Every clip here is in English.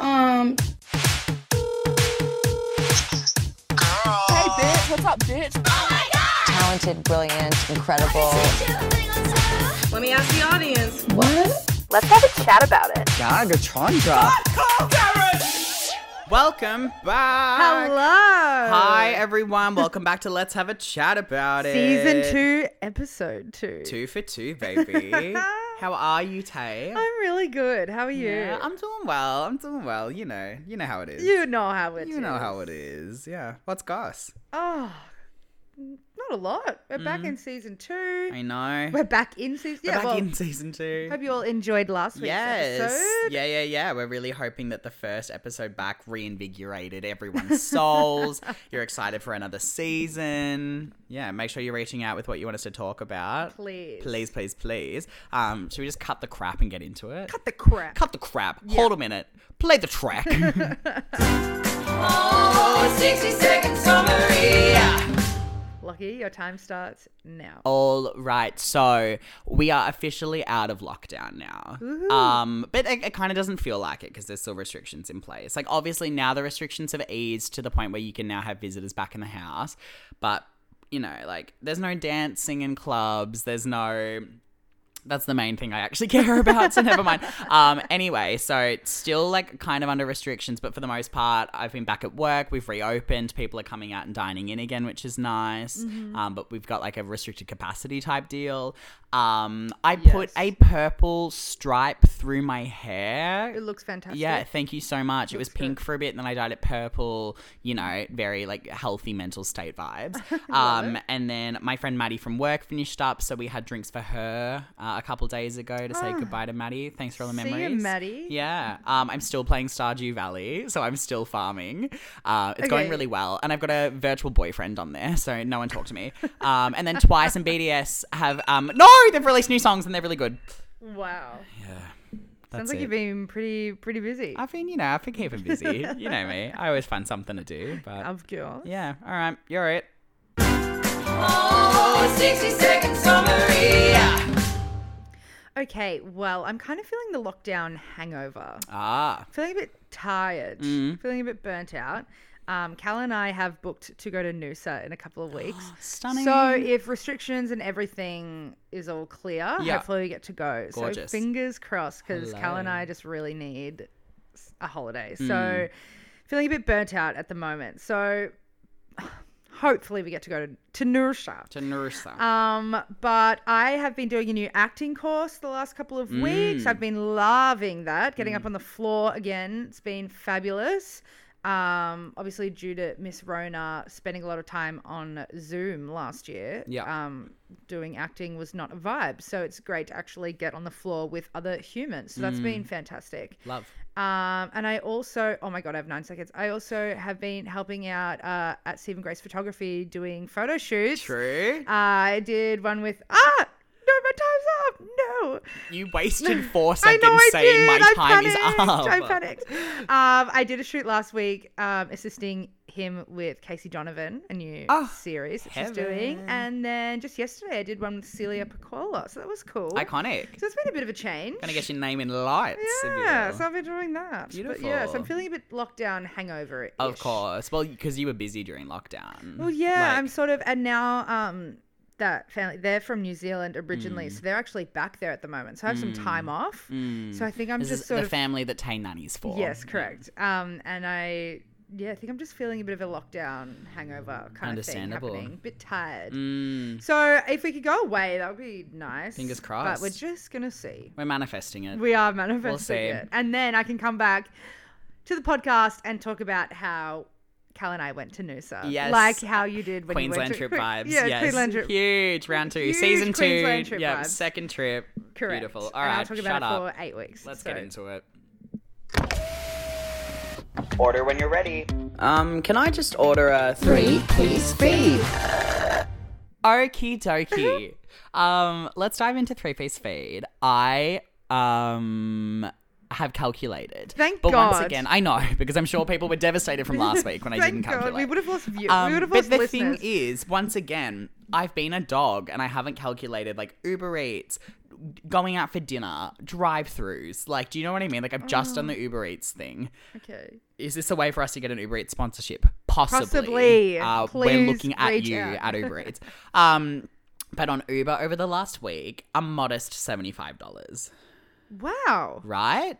Um, Girl. Hey, bitch. What's up, bitch? Talented, brilliant, incredible. Let me ask the audience. what? Let's have a chat about it. Gaga Chandra. Welcome back. Hello. Hi, everyone. Welcome back to Let's Have a Chat About It. Season two, episode two. Two for two, baby. How are you, Tay? I'm really good. How are you? Yeah, I'm doing well. I'm doing well. You know, you know how it is. you know how it is. You know how it is. Yeah. What's goss? Oh, not a lot. We're back in season two. Mm. I know. We're back in season. We're Yeah, back well, in season two. hope you all enjoyed last week's episode. Yeah, yeah, yeah. We're really hoping that the first episode back reinvigorated everyone's souls. You're excited for another season. Yeah, make sure you're reaching out with what you want us to talk about. Please. Please, please, please. Um, should we just cut the crap and get into it? Cut The crap. Cut the crap. Hold a minute. Play the track. Lucky, your time starts now. All right, so we are officially out of lockdown now. Um, but it, it kind of doesn't feel like it because there's still restrictions in place. Like obviously now the restrictions have eased to the point where you can now have visitors back in the house, but you know, like there's no dancing in clubs. There's no. That's the main thing I actually care about, so never mind. Um, anyway, so it's still like kind of under restrictions, but for the most part, I've been back at work. We've reopened. People are coming out and dining in again, which is nice. Um, but we've got like a restricted capacity type deal. Um, I put Yes. a purple stripe through my hair. It looks fantastic. Yeah, thank you so much. It was pink for a bit, and then I dyed it purple. You know, very like healthy mental state vibes. um, and then my friend Maddie from work finished up, so we had drinks for her uh, a couple days ago to say goodbye to Maddie. Thanks for all the Ah. See ya, memories, Maddie. Yeah, um, I'm still playing Stardew Valley, so I'm still farming. Uh, it's going Okay. really well, and I've got a virtual boyfriend on there, so no one talked to me. Um, and then Twice and BDS have um, no, they've released new songs and they're really good. Wow. That's Sounds like it. you've been pretty pretty busy. I've been, you know, I've been keeping busy. you know me. I always find something to do. But Of course. yeah, all right, you're it. Okay, well, I'm kind of feeling the lockdown hangover. Ah, feeling a bit tired, Mm. feeling a bit burnt out. Um, Cal and I have booked to go to Noosa in a couple of weeks. stunning. So if restrictions and everything is all clear, Yeah. hopefully we get to go. Gorgeous. So fingers crossed because Cal and I just really need s- a holiday. So Mm. feeling a bit burnt out at the moment. So hopefully we get to go to, to Noosa. to Narissa. Um, but I have been doing a new acting course the last couple of Mm. weeks. I've been loving that, getting up on the floor again. It's been fabulous. Um, obviously due to Miss Rona spending a lot of time on Zoom last year. Yeah. Um, doing acting was not a vibe. So it's great to actually get on the floor with other humans. So that's Mm. been fantastic. Love. Um, and I also, oh my God, I have nine seconds. I also have been helping out uh, at Stephen Grace Photography doing photo shoots. True. uh, I did one with ah no, my time's up. No, You wasted four I seconds know I saying did. my I time panicked. is up. I panicked. Um, I did a shoot last week, um, assisting him with Casey Donovan, a new Oh, series that she's heaven. doing, and then just yesterday I did one with Celia Piccola, so that was cool. Iconic. So it's been a bit of a change. Gonna get your name in lights. if you yeah, will. so I've been doing that. But yeah, so Beautiful. I'm feeling a bit lockdown hangover. of course. Well, because you were busy during lockdown. Well, yeah, Like, I'm sort of, and now um, that family, they're from New Zealand originally, Mm. so they're actually back there at the moment. So I have some time off. So I think I'm hmm. This just is sort the of family Mm. that Tay Nanny's for. yes, correct. Um, and I yeah, I think I'm just feeling a bit of a lockdown hangover kind of thing Understandable. happening, bit tired. Mm, So if we could go away, that would be nice. Fingers But we're crossed. just gonna see. we're manifesting it. We are manifesting see. it, and then I can come back to the podcast and talk about how. Cal and I went to Noosa. Yes. Like how you did when you Queensland went to trip Que- vibes. Yeah, yes. Queensland trip. Huge round two. Huge Season two. Queensland trip yeah, vibes. second trip. Correct. Beautiful. All And right, I'll talk shut about up. it for eight weeks. Let's so- get into it. Order when you're ready. Um, can I just order a Three, please, feed. Okie dokie. um, let's dive into three piece feed. I um have calculated. Thank but once God. again, I know because I'm sure people were devastated from last week when I Thank didn't God, calculate. We would have lost view. Um, we would have but lost the listeners. thing is, once again, I've been a dog and I haven't calculated like Uber Eats, going out for dinner, drive-throughs. Like, do you know what I mean? Like, I've just done the Mm. Uber Eats thing. Okay. Is this a way for us to get an Uber Eats sponsorship? Possibly. Possibly. Uh, we're Please looking at reach you out. at Uber Eats. Um, but on Uber over the last week, a modest seventy-five dollars. Wow. Right.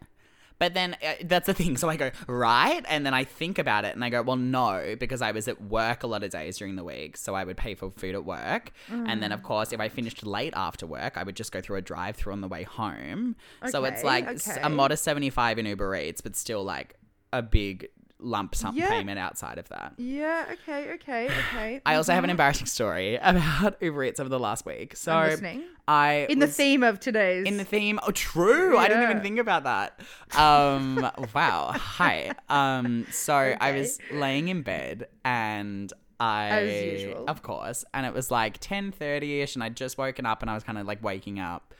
But then uh, that's the thing. So I go right, and then I think about it, and I go, well, no, because I was at work a lot of days during the week, so I would pay for food at work, and Mm. then of course, if I finished late after work, I would just go through a drive-through on the way home. so it's Okay, like s- okay. a modest seventy-five in Uber Eats, but still like a big lump sum Yeah. payment outside of that. Yeah. Okay. Okay. Okay. I also have an mhm. embarrassing story about Uber Eats over the last week. So I'm listening. I in the was- theme of today's. in the theme. Oh, true. I didn't even Yeah. think about that. Um, wow. Hi. Um, so I was laying in bed and I, As usual. of course, and it was like ten thirty ish, and I'd just woken up and I was kind of like waking up,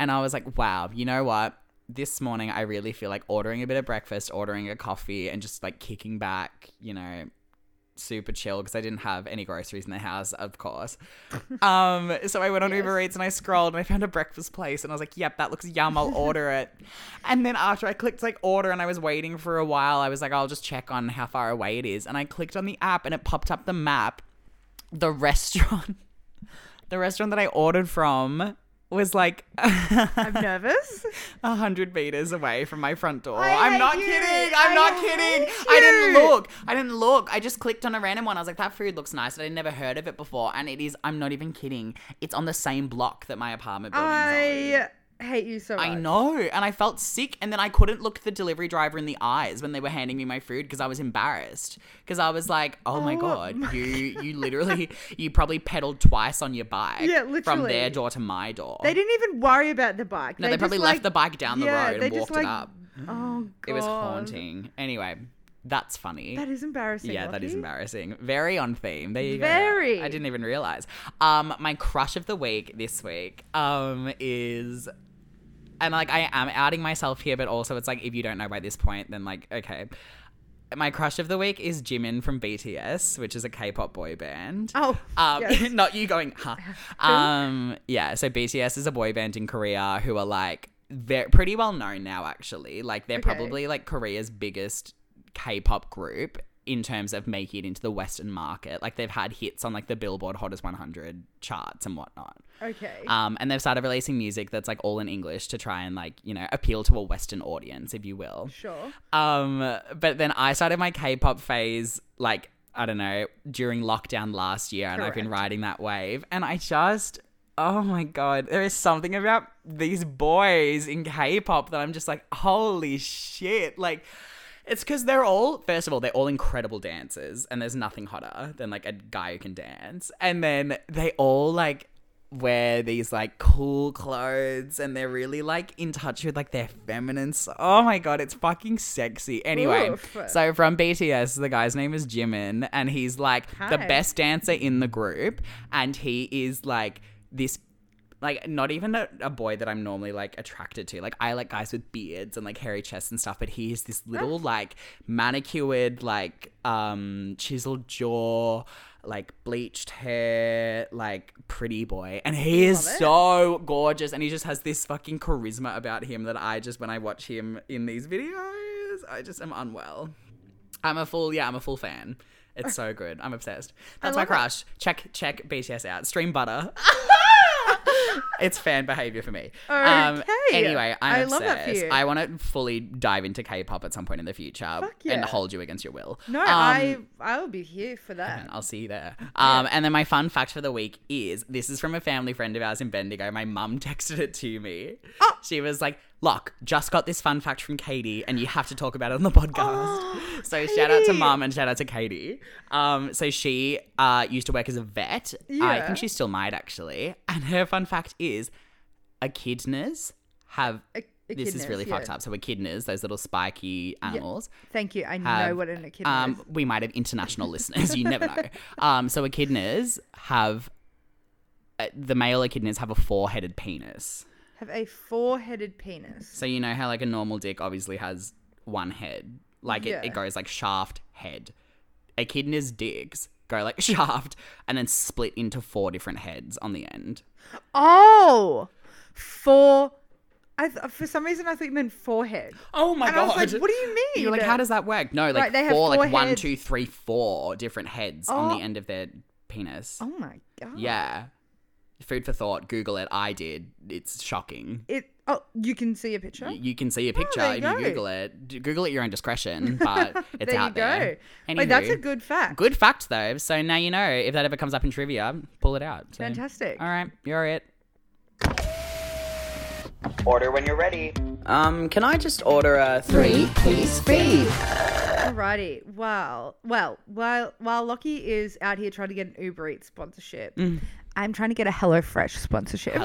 and I was like, wow, you know what? This morning I really feel like ordering a bit of breakfast, ordering a coffee, and just like kicking back, you know, super chill because I didn't have any groceries in the house, of course. Um, so I went on Uber Eats and I scrolled and I found a breakfast place and I was like, "Yep, that looks yum. I'll order it." And then after I clicked like order and I was waiting for a while, I was like, "I'll just check on how far away it is." And I clicked on the app and it popped up the map. The restaurant, the restaurant that I ordered from was like I'm nervous. a hundred meters away from my front door. I I'm hate not you. kidding. I'm I not hate kidding. I didn't you. look. I didn't look. I just clicked on a random one. I was like, that food looks nice. I'd never heard of it before. And it is, I'm not even kidding. It's on the same block that my apartment building is on. I hate you so much. I know. And I felt sick. And then I couldn't look the delivery driver in the eyes when they were handing me my food because I was embarrassed. Because I was like, oh, my Oh God, my- you you literally, you probably pedaled twice on your bike Yeah, from literally. their door to my door. They didn't even worry about the bike. no, they, probably left the bike down the road and walked like, it up. Oh god. It was haunting. Anyway, that's funny. That is embarrassing. yeah, that is Lachie. embarrassing. Very on theme. There you go. Very. I didn't even realize. Um, my crush of the week this week um is, and like I am outing myself here, but also it's like if you don't know by this point, then like okay. My crush of the week is Jimin from BTS, which is a K-pop boy band. Oh, um, yes. not you going, huh? Um, yeah. So BTS is a boy band in Korea who are like they're pretty well known now. Actually, like they're Okay. probably like Korea's biggest K-pop group in terms of making it into the Western market. Like they've had hits on like the Billboard Hottest 100 charts and whatnot. Okay. Um, and they've started releasing music that's like all in English to try and like you know appeal to a Western audience, if you will. sure. Um, but then I started my K-pop phase like I don't know during lockdown last year, and I've been riding that wave. And I just, oh my god, there is something about these boys in K-pop that I'm just like, holy shit! Like, it's because they're all first of all they're all incredible dancers, and there's nothing hotter than like a guy who can dance. And then they all like wear these like cool clothes and they're really like in touch with like their feminine s- oh my god it's fucking sexy anyway Oof. so from bts the guy's name is jimin and he's like the Hi. best dancer in the group and he is like this like not even a, a boy that i'm normally like attracted to like i like guys with beards and like hairy chests and stuff but he is this Ah. little like manicured like um chiseled jaw like bleached hair like pretty boy and he is Love it. so gorgeous and he just has this fucking charisma about him that i just when i watch him in these videos i just am unwell i'm a full yeah i'm a full fan it's so good i'm obsessed that's my Ah. love it. crush check check bts out stream butter it's fan behavior for me. Um, Okay. anyway, I'm I obsessed. love that for you. I want to fully dive into K-pop at some point in the future and yeah. hold you against your will. No, Um, I I will be here for that. and I'll see you there. Um, and then my fun fact for the week is this is from a family friend of ours in Bendigo. My mum texted it to me. Oh. She was like, Look, just got this fun fact from Katie, and you have to talk about it on the podcast. so shout out to Oh, Katie. mum and shout out to Katie. Um, so she uh, used to work as a vet. I Yeah. think she still might actually. And her fun fact is echidnas have. Ech- this is E-, echidnas, really fucked yeah. up. So echidnas, those little spiky animals, Thank you. I know have, what an echidna um, is. we might have international listeners. You never know. Um, so echidnas have uh, the male echidnas have a four-headed penis. Have a four-headed penis. So you know how like a normal dick obviously has one head. Like it, Yeah. it goes like shaft head. Echidnas dicks go like shaft and then split into four different heads on the end. Oh, for. I th- for some reason, I thought you meant forehead. Oh my and god! I was like, what do you mean? You're like, how does that work? No, like Right, they have four, four like one, heads. two, three, four different heads on Oh. the end of their penis. Oh my god. Yeah. Food for thought. Google it. I did. It's shocking. It. Oh, you can see a picture. Y- You can see a picture Oh, there if you you go. Google it. D- Google it your own discretion, but it's there you out there. go. Wait, that's a Anywho. good fact. Good fact though. So now you know if that ever comes up in trivia, pull it out. So- Fantastic. All right, you're it. Order when you're ready. Um, can I just order a Three, please feed. Alrighty. Well, well, while while Lockie is out here trying to get an Uber Eats sponsorship, I'm trying to get a HelloFresh sponsorship. Mm.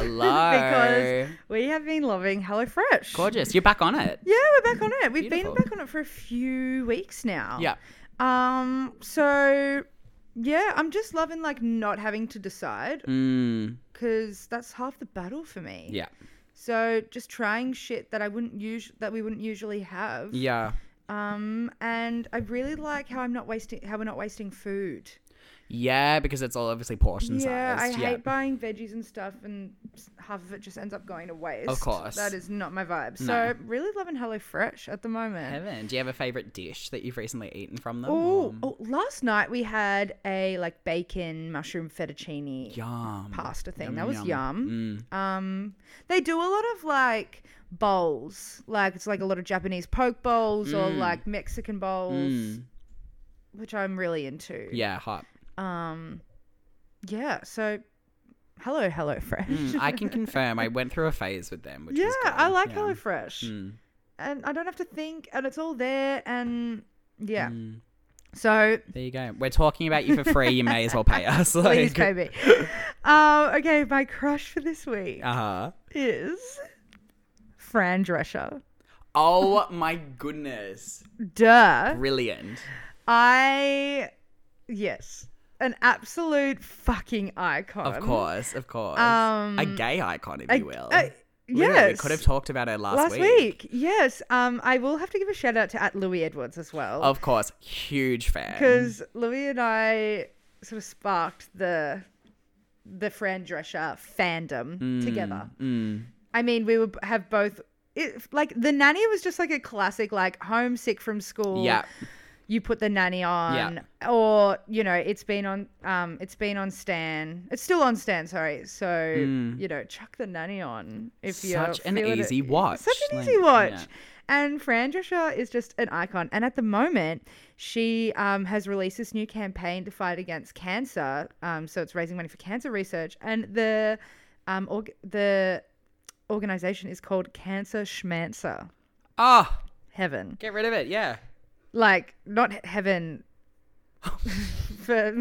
Hello. because we have been loving HelloFresh. Gorgeous. You're back on it. Yeah, we're back on it. We've Beautiful. been back on it for a few weeks now. Yeah. Um. So, yeah, I'm just loving like not having to decide Mm, because that's half the battle for me. yeah. So just trying shit that I wouldn't use that we wouldn't usually have. Yeah. Um, and I really like how I'm not wasting how we're not wasting food. Yeah, because it's all obviously portion yeah, sized. I yeah. hate buying veggies and stuff, and s- half of it just ends up going to waste. course. that is not my vibe. No. So really loving HelloFresh at the moment. Heaven. Do you have a favorite dish that you've recently eaten from them? Oh, or- oh, last night we had a like bacon mushroom fettuccine Yum. pasta thing. Yum, that was yum. Mm. Um, they do a lot of like bowls, like it's like a lot of Japanese poke bowls or like Mexican bowls, Mm. which I'm really into. Yeah, hot. Um, yeah. So, hello, hello, fresh. Mm, I can confirm. I went through a phase with them, which yeah, was good. I like yeah. hello HelloFresh, Mm. and I don't have to think, and it's all there, and yeah. Mm. So There you go. We're talking about you for free. You may as well pay us. please Like, pay me. um, okay, my crush for this week Uh huh. is Fran Drescher. Oh my goodness! Duh. Brilliant. I yes, an absolute fucking icon. Of course, of course. um, a gay icon, if I- you will. I- Literally, yes. We could have talked about her last, last week. Yes. Um, I will have to give a shout out to at Louis Edwards as well. Of course, huge fan. because Louis and I sort of sparked the the Fran Drescher fandom together. Mm. I mean, we would have both. It, like the nanny was just like a classic, like homesick from school. Yeah. you put the nanny on, or you know, it's been on. Um, it's been on Stan. It's still on Stan. Sorry. So you know, chuck the nanny on if you're Mm. Such an feeling it- easy watch, Such an easy like, watch. yeah. And Fran Drescher is just an icon. And at the moment, she um, has released this new campaign to fight against cancer. Um, so it's raising money for cancer research. And the um, org- the organization is called Cancer Schmancer Ah, Heaven. get rid of it. Yeah. Like, not he- heaven. for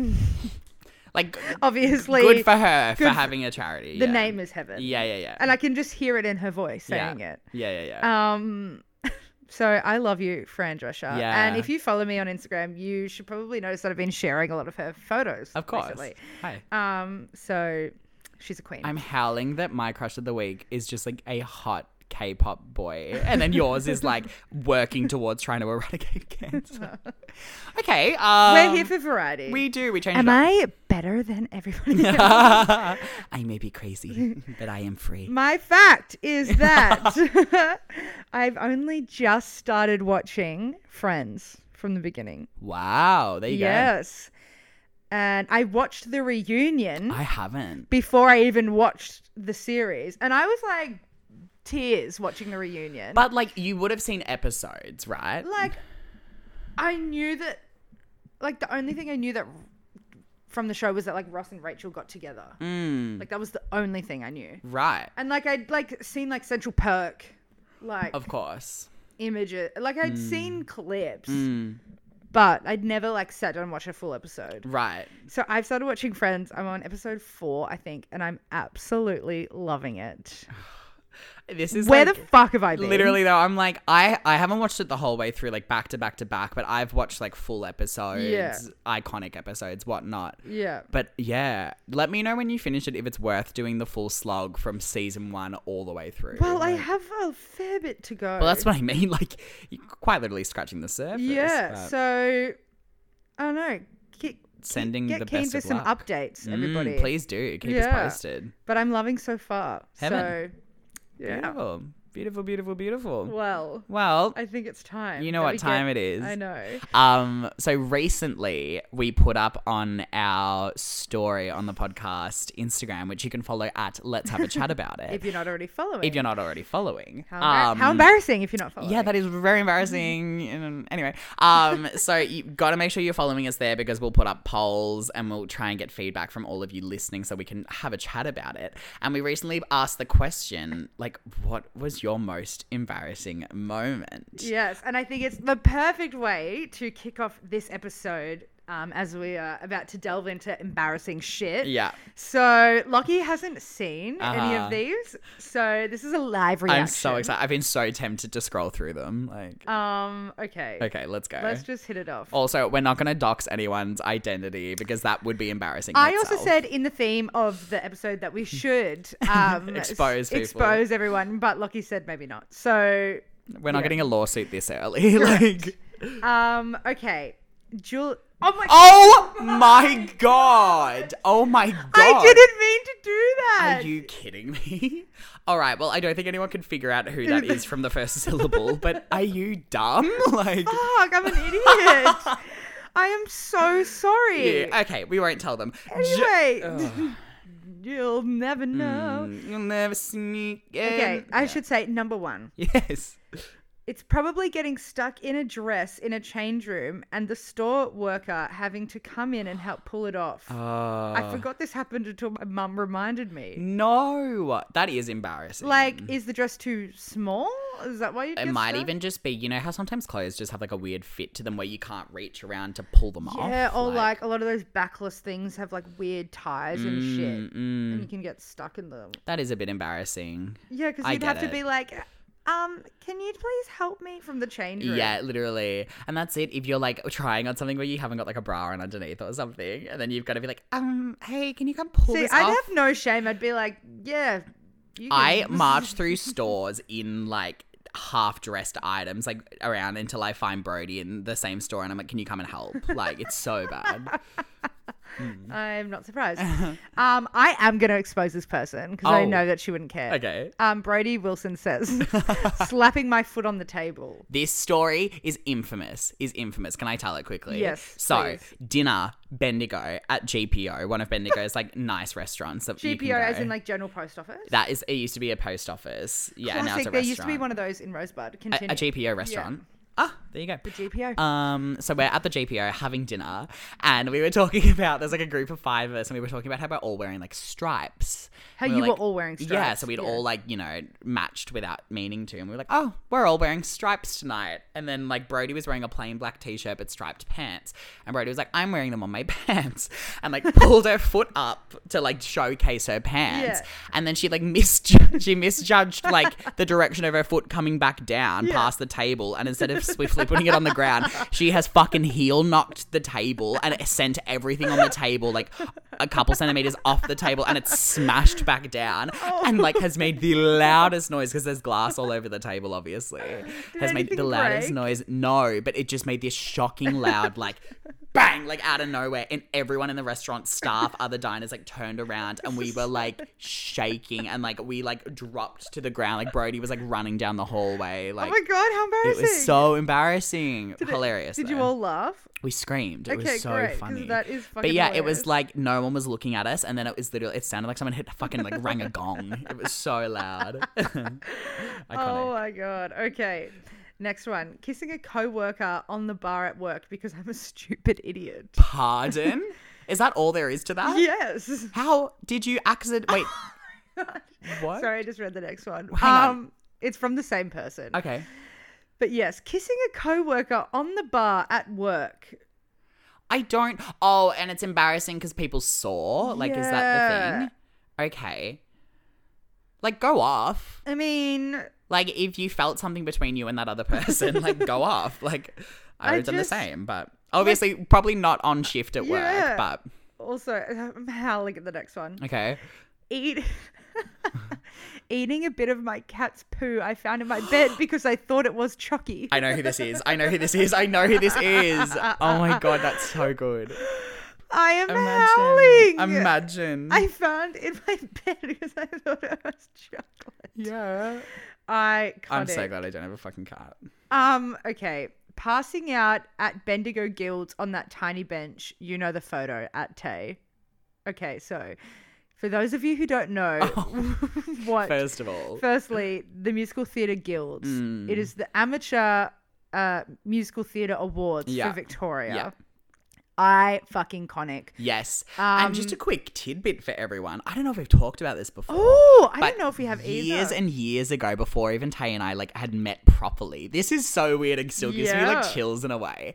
Like, obviously, good for her for good f- having a charity. the yeah. name is heaven. Yeah, yeah, yeah. And I can just hear it in her voice yeah. saying it. Yeah, yeah, yeah. Um, so I love you, Fran Drescher. Yeah. And if you follow me on Instagram, you should probably notice that I've been sharing a lot of her photos. of course. recently. Hi. Um, so she's a queen. I'm howling that my crush of the week is just like a hot K-pop boy, and then yours is like working towards trying to eradicate cancer. Okay, um, We're here for variety. we do we change. Am it up. I better than everybody else? I may be crazy, but I am free. My fact is that I've only just started watching Friends from the beginning. Wow, there you Yes. And I watched the reunion. go. I haven't. before I even watched the series, and I was like tears watching the reunion. But like you would have seen episodes, right? like, I knew that, like the only thing I knew that from the show was that like Ross and Rachel got together. Mm. Like that was the only thing I knew, right. and like I'd like seen like Central Perk, like Of course. images, like I'd Hmm. seen clips. But I'd never like sat down and watched a full episode. Right. So I've started watching Friends. I'm on episode four, I think, and I'm absolutely loving it. This is Where like- the fuck have I been? Literally though, I'm like I I haven't watched it the whole way through, like back to back to back, but I've watched like full episodes, Yeah. iconic episodes, whatnot. Yeah. But yeah, let me know when you finish it if it's worth doing the full slog from season one all the way through. Well, I Like- have a fair bit to go. well, that's what I mean. Like, you're quite literally scratching the surface. Yeah. but So I don't know. Get, sending get the keen best for of some luck. updates, Mm, everybody. please do keep us Yeah. posted. But I'm loving so far. Heaven. So Yeah. Beautiful. Beautiful, beautiful, beautiful. Well, Well, I think it's time. You know that what we time it is. I know. um, so recently we put up on our story on the podcast Instagram, which you can follow at Let's Have a Chat About It. If you're not already following. if you're not already following. Um, How, embar- how embarrassing if you're not following. Yeah, that is very embarrassing. And, anyway, um, so you got to make sure you're following us there because we'll put up polls and we'll try and get feedback from all of you listening so we can have a chat about it. And we recently asked the question, like, what was your most embarrassing moment? Yes, and I think it's the perfect way to kick off this episode um, as we are about to delve into embarrassing shit. Yeah. So Lockie hasn't seen any Uh-huh. of these, so this is a live reaction. I'm so excited. I've been so tempted to scroll through them. Like, Um. Okay. okay, let's go. Let's just hit it off. also, we're not going to dox anyone's identity because that would be embarrassing. in I also itself. said in the theme of the episode that we should um, Expose s- people. expose everyone, but Lockie said maybe not. So, we're not getting a lawsuit this early. like, um, okay, Jul. Oh my. Oh my god! Oh my god! I didn't mean to do that. Are you kidding me? All right. Well, I don't think anyone can figure out who that is from the first syllable. But are you dumb? Like, Fuck, I'm an idiot. I am so sorry. yeah, okay, we won't tell them. Ju- Hmm. Anyway, you'll never know. You'll never see me Okay, again. I should say number one. Yes. It's probably getting stuck in a dress in a change room and the store worker having to come in and help pull it off. I Ah. forgot this happened until my mum reminded me. No, that is embarrassing. Like, is the dress too small? Is that why you? Hmm. It get might stuck? even just be, you know, how sometimes clothes just have like a weird fit to them where you can't reach around to pull them off. Yeah, or like, a lot of those backless things have like weird ties and shit, mm, and you can get stuck in them. that is a bit embarrassing. Yeah, because I you'd have to get it. be like, um, can you please help me from the change room? Yeah, literally. And that's it. If you're like trying on something where you haven't got like a bra on underneath or something, and then you've got to be like, um, hey, can you come pull See, this I'd off? have no shame. I'd be like, yeah. You I can- march through stores in like half dressed items like around until I find Brody in the same store and I'm like, can you come and help? Like it's so bad. I'm not surprised. um, I am going to expose this person because I Oh. know that she wouldn't care. Okay. Um, Brody Wilson says, slapping my foot on the table. This story is infamous. Is infamous. Can I tell it quickly? Yes, So please. dinner, Bendigo at GPO, one of Bendigo's like nice restaurants. That you can GPO, as go. in like General Post Office. that is. It used to be a post office. Yeah, now it's Classic. a There restaurant. used to be one of those in Rosebud. a, Continue. a GPO restaurant. Ah, there you go. The GPO. Um, so we're at the GPO having dinner, and we were talking about there's like a group of five of us, and we were talking about how we're all wearing like stripes. How We you were like- all wearing Yeah, stripes, so we'd yeah. all like you know matched without meaning to, and we were like, oh, we're all wearing stripes tonight. And then like Brody was wearing a plain black t-shirt but striped pants, and Brody was like, I'm wearing them on my pants, and like pulled her foot up to like showcase her pants, Yeah. and then she like misjudged, she misjudged like the direction of her foot coming back down past the table, and instead of swiftly putting it on the ground, she has fucking heel knocked the table and it sent everything on the table like a couple centimeters off the table, and it's smashed back down, and like has made the loudest noise because there's glass all over the table, obviously. has made anything the loudest break? noise. No, but it just made this shocking loud like. Bang! Like out of nowhere, and everyone in the restaurant, staff, other diners, like turned around, and we were like shaking, and like we like dropped to the ground. Like Brody was like running down the hallway. oh Like my God, how it embarrassing. was so embarrassing, hilarious. Did you though. all laugh? We screamed. It Okay, was so great, 'cause funny. that is but fucking yeah, it hilarious. was like no one was looking at us, and then it was literally it sounded like someone hit fucking like rang a gong. It was so loud. Iconic. Oh my god. Okay. Next one. Kissing a coworker on the bar at work because I'm a stupid idiot. Pardon? Is that all there is to that? Yes. How did you accident? Wait, what? Oh Sorry, I just read the next one. Hang on. um it's from the same person. Okay. But yes, kissing a coworker on the bar at work. I don't. Oh, and it's embarrassing because people saw. Like, is that the thing? Okay. Like, go off. I mean, Like, if you felt something between you and that other person, like, go off. Like, I I would have done the just- same, but obviously, probably not on shift at Yeah. work, but also I'm howling at the next one. okay. Eat Eating a bit of my cat's poo I found in my bed because I thought it was chalky. I know who this is. I know who this is. I know who this is. Oh my God, that's so good. I am Imagine. howling. Imagine. I found in my bed because I thought I was chocolate. yeah. I cut I'm so it. glad I don't have a fucking cat. Um, okay. Passing out at Bendigo Guilds on that tiny bench. You know the photo at Tay. Okay, so for those of you who don't know what First of all, Firstly, the musical theatre guilds. It is the amateur uh, musical theatre awards Yeah. for Victoria. Yeah. I fucking conic. yes. and just a Um, quick tidbit for everyone. I don't know if we've talked about this before. Oh, I but don't know if we have either. years and years ago before even Tay and I like had met properly. This is so weird and still gives me like Yeah. chills in a way.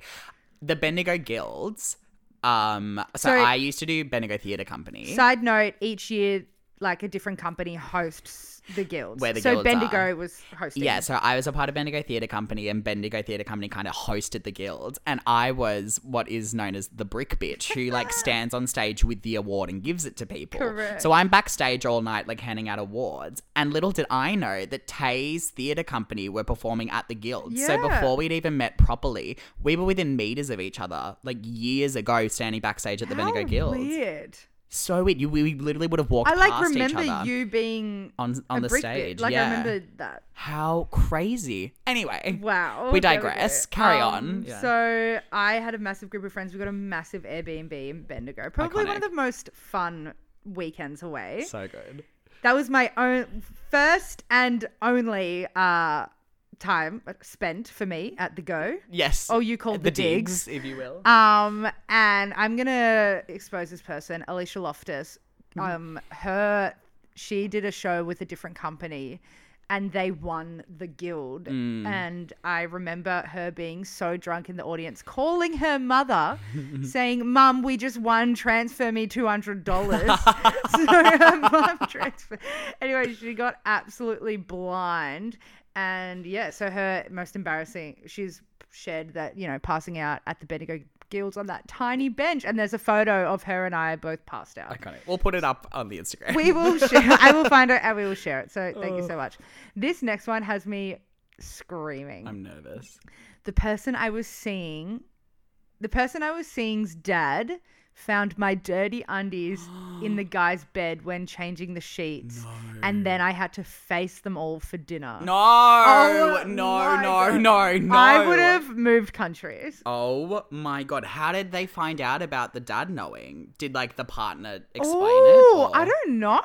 The Bendigo Guilds. Um, so, So- I used to do Bendigo Theatre Company. Side note: each year, like a different company hosts the guilds. Where the so guilds Bendigo are. was hosting. yeah, so I was a part of Bendigo Theatre Company, and Bendigo Theatre Company kind of hosted the guild, and I was what is known as the brick bitch, who like stands on stage with the award and gives it to people. Correct. So I'm backstage all night, like handing out awards, and little did I know that Tay's theatre company were performing at the guild. So Yeah. before we'd even met properly, we were within meters of each other, like years ago, standing backstage at the How Bendigo Guild. Weird. So weird. You, we we literally would have walked. I like past each remember other. you being On- on a the brick stage, Bit. Like yeah. I remember that. How crazy. Anyway. Wow. We there go. Um, digress. Carry on. Yeah. So I had a massive group of friends. We got a massive Airbnb in Bendigo. Probably one of Iconic. the most fun weekends away. So good. that was my own first and only uh, time spent for me at the go. Yes. Uh, Oh, you called the, digs. if you will. Um, and I'm gonna expose this person, Alicia Loftus. Um, her she did a show with a different company, and they won the guild. And I remember her being so drunk in the audience, calling her mother, saying, "Mum, we just won. Transfer me two hundred dollars." so her mum transferred. Anyway, she got absolutely blind. And yeah, so her most embarrassing, she's shared that, you know, passing out at the Bendigo Guilds on that tiny bench. And there's a photo of her and I both passed out. Iconic. We'll put it up on the Instagram. We will share, I will find it and we will share it. So thank you so much. This next one has me screaming I'm nervous. the person I was seeing, the person I was seeing's dad found my dirty undies in the guy's bed when changing the sheets, and then I had to face them all for dinner. No, Oh my no, no, God. no, no. I would have moved countries. Oh my god! How did they find out about the dad knowing? Did like the partner explain it? Oh, or- I don't know.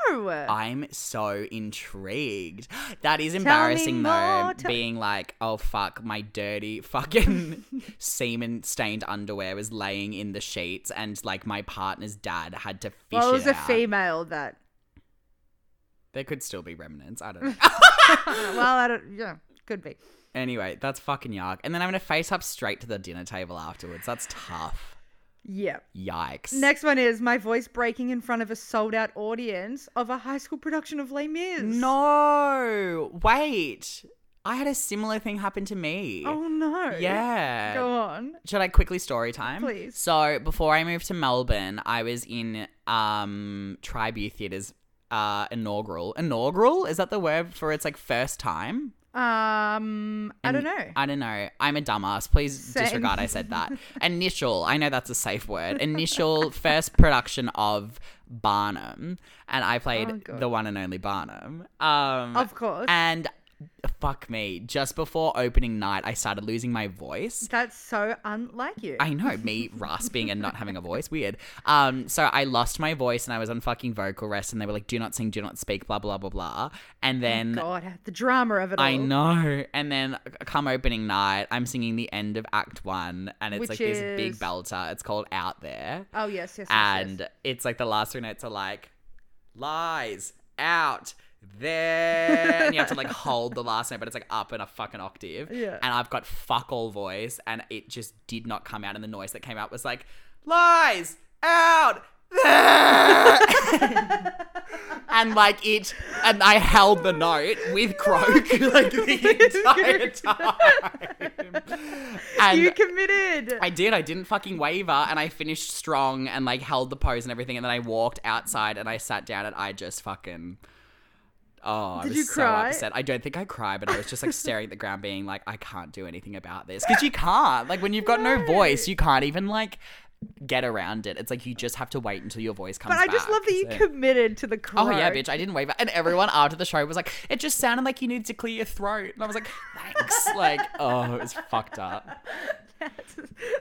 I'm so intrigued. That is me embarrassing though. more, tell- being like, oh fuck, my dirty fucking semen stained underwear was laying in the sheets, and like my partner's dad had to fish well, it it was a out. female that. There could still be remnants. I don't know. Well, I don't. Yeah, could be. Anyway, that's fucking yuck. And then I'm gonna face up straight to the dinner table afterwards. That's tough. Yeah. Yikes. Next one is my voice breaking in front of a sold out audience of a high school production of Les Mis. No. Wait. I had a similar thing happen to me. Oh no. Yeah. Go on. Should I quickly story time? Please. So before I moved to Melbourne, I was in um Tribu Theatre's uh inaugural. Inaugural? Is that the word for it's like first time? Um, I don't know. I don't know. I'm a dumbass. Please Same. disregard I said that. Initial. I know that's a safe word. Initial first production of Barnum, and I played Oh, God. the one and only Barnum. Um, Of course. And fuck me, just before opening night, I started losing my voice. That's so unlike you. I know me rasping and not having a voice, weird. Um, so I lost my voice and I was on fucking vocal rest, and they were like, "Do not sing, do not speak," blah blah blah blah. And then Oh God, the drama of it all. I know. And then uh, come opening night, I'm singing the end of Act One, and it's Which like this big is- belter. It's called Out There, Oh yes, yes, yes. and yes. it's like the last three notes are like lies out there, and you have to like hold the last note, but it's like up in a fucking octave. Yeah. And I've got fuck all voice, and it just did not come out, and the noise that came out was like lies out there. and like it and I held the note with croak like the entire time. And you committed. I did. I didn't fucking waver, and I finished strong and like held the pose and everything. And then I walked outside and I sat down and I just fucking. Oh, I Did was you so cry? upset. I don't think I cried, but I was just like staring at the ground, being like, I can't do anything about this because you can't. Like when you've got no voice, you can't even like get around it. It's like you just have to wait until your voice comes But I just back. love that you So- committed to the crow. Oh yeah, bitch! I didn't wave, and everyone after the show was like, "It just sounded like you needed to clear your throat," and I was like, "Thanks." like, oh, it was fucked up.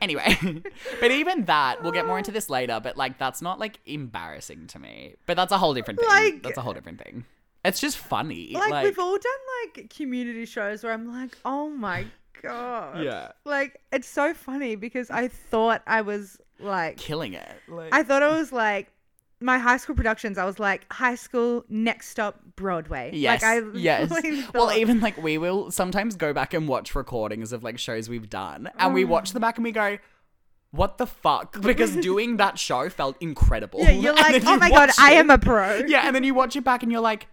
Anyway, but even that, we'll get more into this later. But like, that's not like embarrassing to me. But that's a whole different thing. Like- that's a whole different thing. It's just funny. Like, Like, we've all done like community shows where I'm like, oh my god. Yeah. Like it's so funny because I thought I was like killing it. Like, I thought I was like my high school productions. I was like high school next stop Broadway. Yes. Like I yes. really Well, thought- even like we will sometimes go back and watch recordings of like shows we've done, and we watch Mm. them back and we go, "What the fuck?" Because doing that show felt incredible. yeah, you're And like, then oh you my god, watch I it- am a pro. Yeah, and then you watch it back and you're like,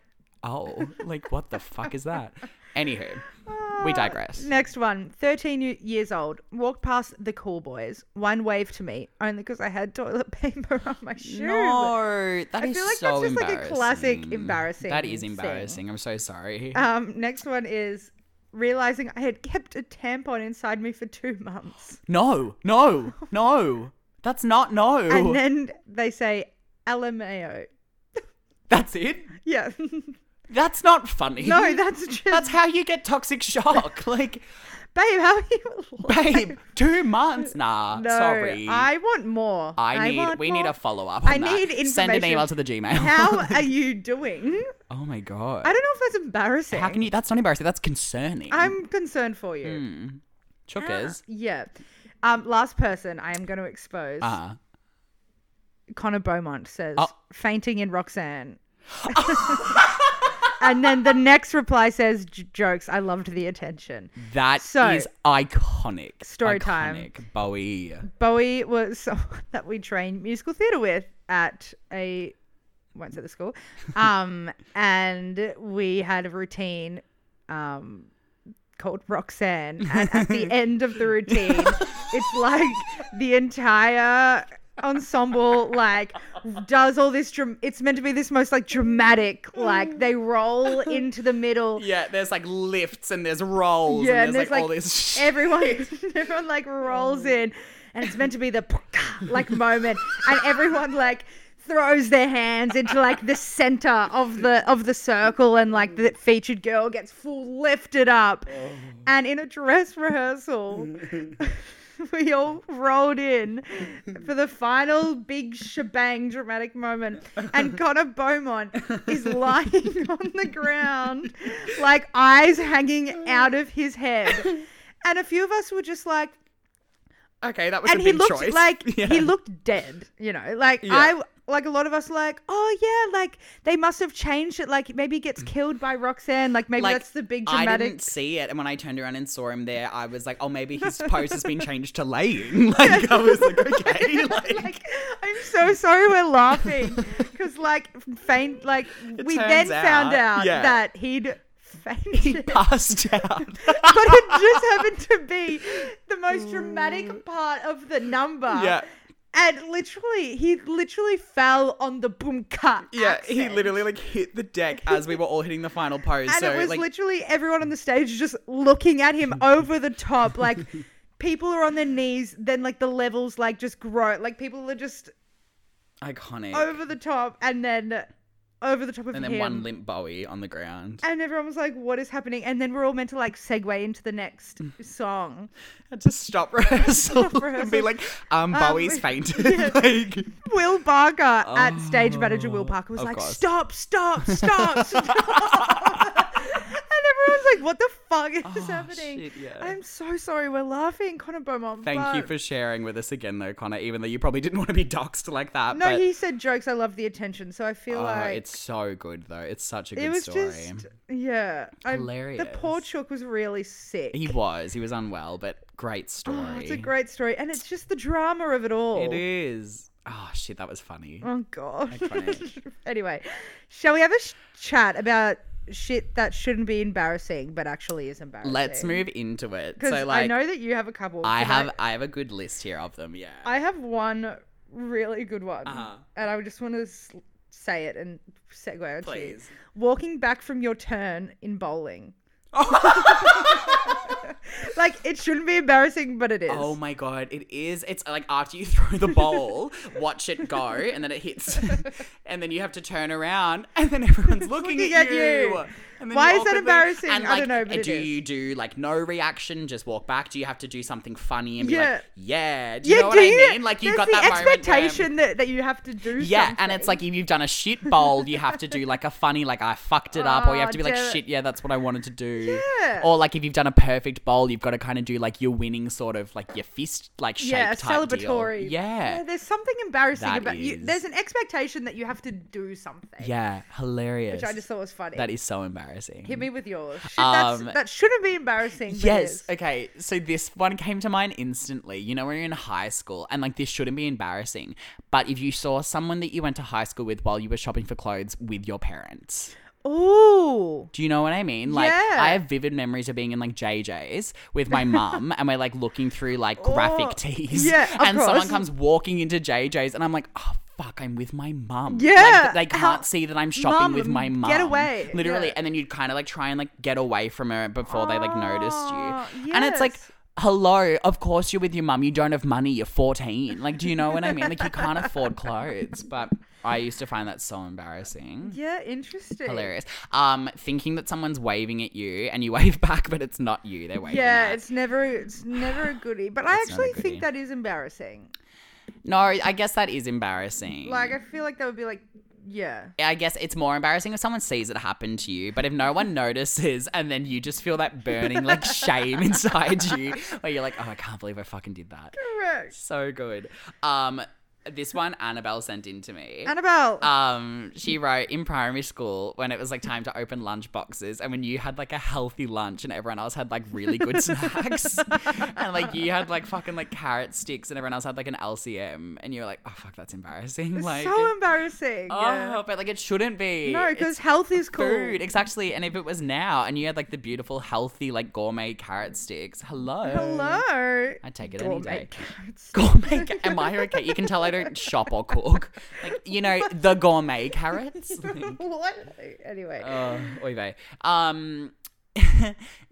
"Oh, like what the fuck is that?" Anywho, we digress. Ah, Next one. 13 y- years old. Walked past the cool boys. One waved to me only because I had toilet paper on my shoe. No, that I is feel like so that's Mm. just, like, a classic embarrassing That is thing. embarrassing. I'm so sorry. Um, next one is realizing I had kept a tampon inside me for two months. no, no, no. That's not no. And then they say, LMAO. that's it. Yeah. That's not funny. no, that's just. That's how you get toxic shock. Like, babe, how are you? alive? babe, two months. Nah, No, sorry. I want more. I need. want we need more. a follow up. I need information. Send an email to the Gmail. How are you doing? oh my god. I don't know if that's embarrassing. How can you? That's not embarrassing. That's concerning. I'm concerned for you. Chookers. Yeah. Um, last person I am going to expose. Uh, Connor Beaumont says, Oh. fainting in Roxanne. and then the next reply says, "J- jokes. I loved the attention. that is So- iconic. Story iconic. time. Bowie. Bowie was someone that we trained musical theatre with at a won't say the school, um, and we had a routine um, called Roxanne, and at the end of the routine, it's like the entire ensemble like does all this dram- it's meant to be this most like dramatic like they roll into the middle Yeah, there's like lifts and there's rolls yeah, and there's, like, all this shit. everyone, everyone like rolls in, and it's meant to be the like moment, and everyone like throws their hands into like the center of the of the circle, and like the featured girl gets full lifted up, and in a dress rehearsal. We all rolled in for the final big shebang dramatic moment, and Connor Beaumont is lying on the ground, like eyes hanging out of his head. And a few of us were just like, okay, that was and a he big looked choice. like Yeah. he looked dead, you know, like I. Like a lot of us, like, oh yeah, like they must have changed it. Like maybe he gets killed by Roxanne. Like maybe that's the big I dramatic. didn't see it, and when I turned around and saw him there, I was like, "Oh, maybe his pose has been changed to laying." Like I was like, "Okay, like, like I'm so sorry we're laughing because like faint like we then turns found out- out yeah. that he'd fainted. passed out." but it just happened to be the most dramatic part of the number. Mm. yeah, And literally, he literally fell on the boom cut. yeah. He literally like hit the deck as we were all hitting the final pose. And so it was like, literally everyone on the stage just looking at him over the top. Like, people are on their knees, then, like, the levels, like, just grow. Like, people are just iconic. over the top, and then over the top of and then him. one limp Bowie on the ground. and everyone was like, what is happening? And then we're all meant to, like, segue into the next song. had to stop rehearsal, and rehearsal. be like, um, Bowie's we- fainted. like, Will Barker at stage manager Will Barker was Oh, of like, course. stop, stop, stop, stop. and everyone's like, what the fuck is happening? Oh, shit, yeah. I'm so sorry, we're laughing, Connor Beaumont. thank you but- for sharing with us again, though, Connor. Even though you probably didn't want to be doxxed like that. No, but, he said jokes. I love the attention. So I feel Oh, like it's so good though. It's such a good it was story. just, yeah. I'm- The poor Hilarious. chook was really sick. He was. He was unwell, but great story. Oh, it's a great story. And it's just the drama of it all. It is. Oh shit, that was funny. Oh god. Iconic. anyway, shall we have a sh- chat about shit that shouldn't be embarrassing but actually is embarrassing? Let's move into it. Because So I like, I, know that you have a couple. and have I have a good list here of them. Yeah. I, have one really good one, Uh-huh. and I just want to sl- say it and segue on Please. Walking back from your turn in bowling. like it shouldn't be embarrassing, but it is. Oh my god, it is. It's like after you throw the bowl, watch it go, and then it hits, and then you have to turn around, and then everyone's looking, Looking at, at you. you. And then Why you is that awkwardly- embarrassing? And I like, uh, don't know, but it do is. you do like no reaction, just walk back? Do you have to do something funny and be Yeah. like, yeah? Do you know what I mean? Like you've there's got the that moment where- expectation that, that you have to do. yeah, and it's something. like if you've done a shit bowl, you have to do like a funny like I fucked it up, or you have Oh, to be like damn it. shit, yeah, that's what I wanted to do. Yeah. Or like if you've done a perfect bowl, you've got to kind of do like your winning sort of like your fist like shake yeah, type deal. celebratory. Yeah. there's something embarrassing That about you. is- There's an expectation that you have to do something. Yeah, hilarious. which I just thought was funny. that is so embarrassing. Hit me with yours. Shit, that's, Um, that shouldn't be embarrassing. But It Yes. is. Okay. So this one came to mind instantly. You know, when you're in high school, and like this shouldn't be embarrassing, but if you saw someone that you went to high school with while you were shopping for clothes with your parents, Ooh. Do you know what I mean? Like Yeah. I have vivid memories of being in like JJ's with my mum and we're like looking through like graphic Oh, tees. yeah, of and someone course. comes walking into JJ's and I'm like, oh fuck, I'm with my mum. Yeah, Like, they how- can't see that I'm shopping Mum, with my mum. get away. Literally. Yeah. And then you'd kind of like try and like get away from her before they like noticed Ah, you. And it's like yes. Hello, of course you're with your mum. You don't have money. You're 14. Like, do you know what I mean? Like, you can't afford clothes. But I used to find that so embarrassing. Yeah, interesting. Hilarious. Um, thinking that someone's waving at you and you wave back, but it's not you. They're waving. Yeah, at. it's never it's never a goodie. But I It's not a actually goodie. think that is embarrassing. no. I guess that is embarrassing. Like I feel like that would be like, yeah. I guess it's more embarrassing if someone sees it happen to you, but if no one notices and then you just feel that burning like shame inside you, where you're like, oh, I can't believe I fucking did that. Correct. So good. Um, this one Annabelle sent in to me. Annabelle. um, she wrote in primary school when it was like time to open lunch boxes, and when you had like a healthy lunch and everyone else had like really good snacks, and like you had like fucking like carrot sticks and everyone else had like an LCM, and you were like, oh fuck, that's embarrassing. like, so embarrassing. oh, yeah. but like it shouldn't be. No, because It's health is cool. Food, exactly. And if it was now and you had like the beautiful, healthy, like gourmet carrot sticks, hello. Hello. I'd take it any Gourmet day. carrots. Gourmet. ca- Am I okay? You can tell I don't shop or cook. Like you know, the gourmet carrots. Like, what? Anyway. oh, oy vey. Um,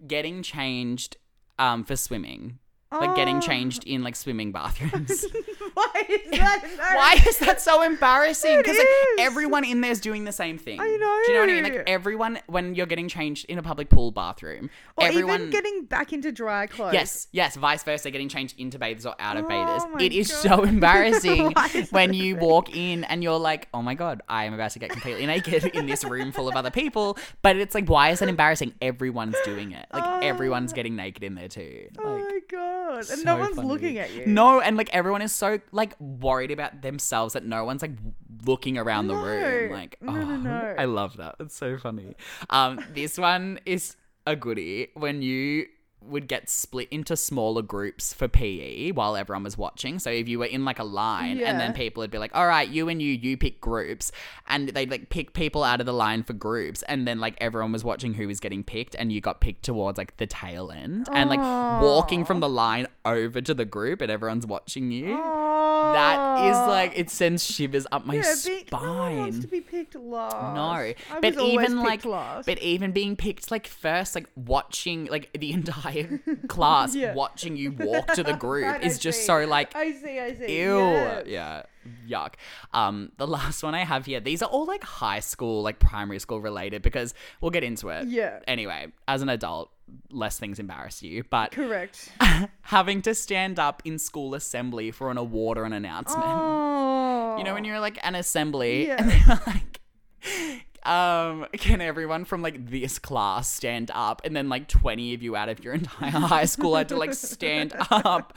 getting changed um for swimming. Like getting Oh. changed in like swimming bathrooms. Why is that embarrassing? Why is that so embarrassing? Because like, is. everyone in there's doing the same thing. I Do you know what I mean? Like know. everyone when you're getting changed in a public pool bathroom, Or everyone even getting back into dry clothes. Yes, yes, vice versa, getting changed into bathers or out of Oh bathers. my It is God. so embarrassing Why is when that you a walk in and you're like, oh my God, I am about to get completely naked in this room full of other people. But it's like, why is that embarrassing? Everyone's doing it. Like, everyone's Ah. getting naked in there too. Like, oh my god. And so no one's funny. looking at you. No, and like everyone is so like worried about themselves that no one's like w- looking around the room. No. Like, No, oh, no, no. I love that. It's so funny. Um, this one is a goodie when you would get split into smaller groups for PE while everyone was watching. So if you were in like a line and Yeah. then people would be like, "All right, you and you, you pick groups," and they'd like pick people out of the line for groups, and then like everyone was watching who was getting picked, and you got picked towards like the tail end, and like walking from the line over to the group, and everyone's watching you. Oh. That is like it sends shivers up my yeah, being, spine. No one wants to be picked last. No, I but was always even picked like, last. but even being picked like first, like watching like the entire class Yeah. watching you walk to the group Right, I is just see. so like I see, I see. ew, Yes. yeah, yuck. Um, the last one I have here, these are all like high school, like primary school related because we'll get into it. Yeah. Anyway, as an adult, less things embarrass you, but Correct. having to stand up in school assembly for an award or an announcement. Oh. You know, when you're like an assembly, and Yeah. they're like, um, can everyone from like this class stand up? And then like 20 of you out of your entire high school had to like stand up.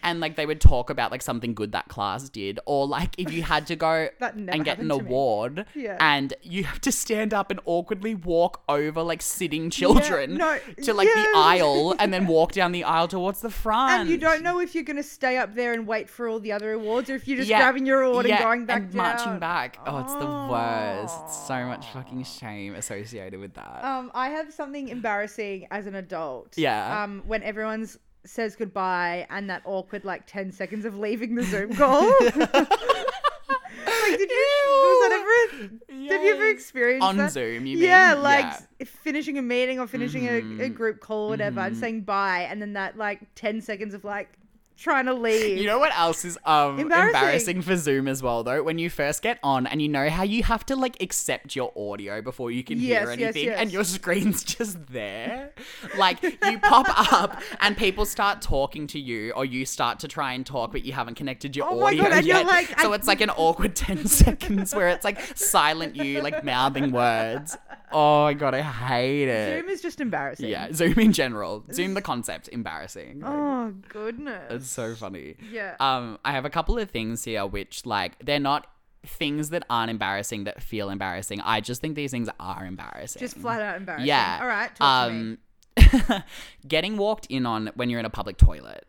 And like they would talk about like something good that class did, or like if you had to go That never and get an happened to me. award, Yeah. and you have to stand up and awkwardly walk over like sitting children no, to like yes. the aisle, and then walk down the aisle towards the front. Oh. And you don't know if you're going to stay up there and wait for all the other awards or if you're just Yeah, grabbing your award yeah, and going back and marching down. Oh. back. Oh, it's the worst. It's so much fucking shame associated with that. Um, I have something embarrassing as an adult. Yeah. Um, when everyone's says goodbye and that awkward like ten seconds of leaving the Zoom call. like, did you? Was that ever? a- Have you ever experienced On that? Zoom, you Yeah, mean? like Yeah. Mm-hmm. s- finishing a meeting or finishing a, a group call, or whatever, and saying bye, and then that like ten seconds of like trying to leave. You know what else is um Embarrassing. embarrassing. for Zoom as well though? When you first get on and you know how you have to like accept your audio before you can Yes, hear yes, anything yes. and your screen's just there. like you pop up and people start talking to you or you start to try and talk but you haven't connected your Oh my audio God, and yet. you're like, so I- it's like an awkward 10 seconds where it's like silent you like mouthing words. Oh my god, I hate it. Zoom is just embarrassing. yeah, Zoom in general. Zoom the concept embarrassing. Like, Oh goodness. it's so funny. Yeah. Um, I have a couple of things here which like they're not things that aren't embarrassing that feel embarrassing. I just think these things are embarrassing. just flat out embarrassing. Yeah. All right. Talk to me. um, getting walked in on when you're in a public toilet.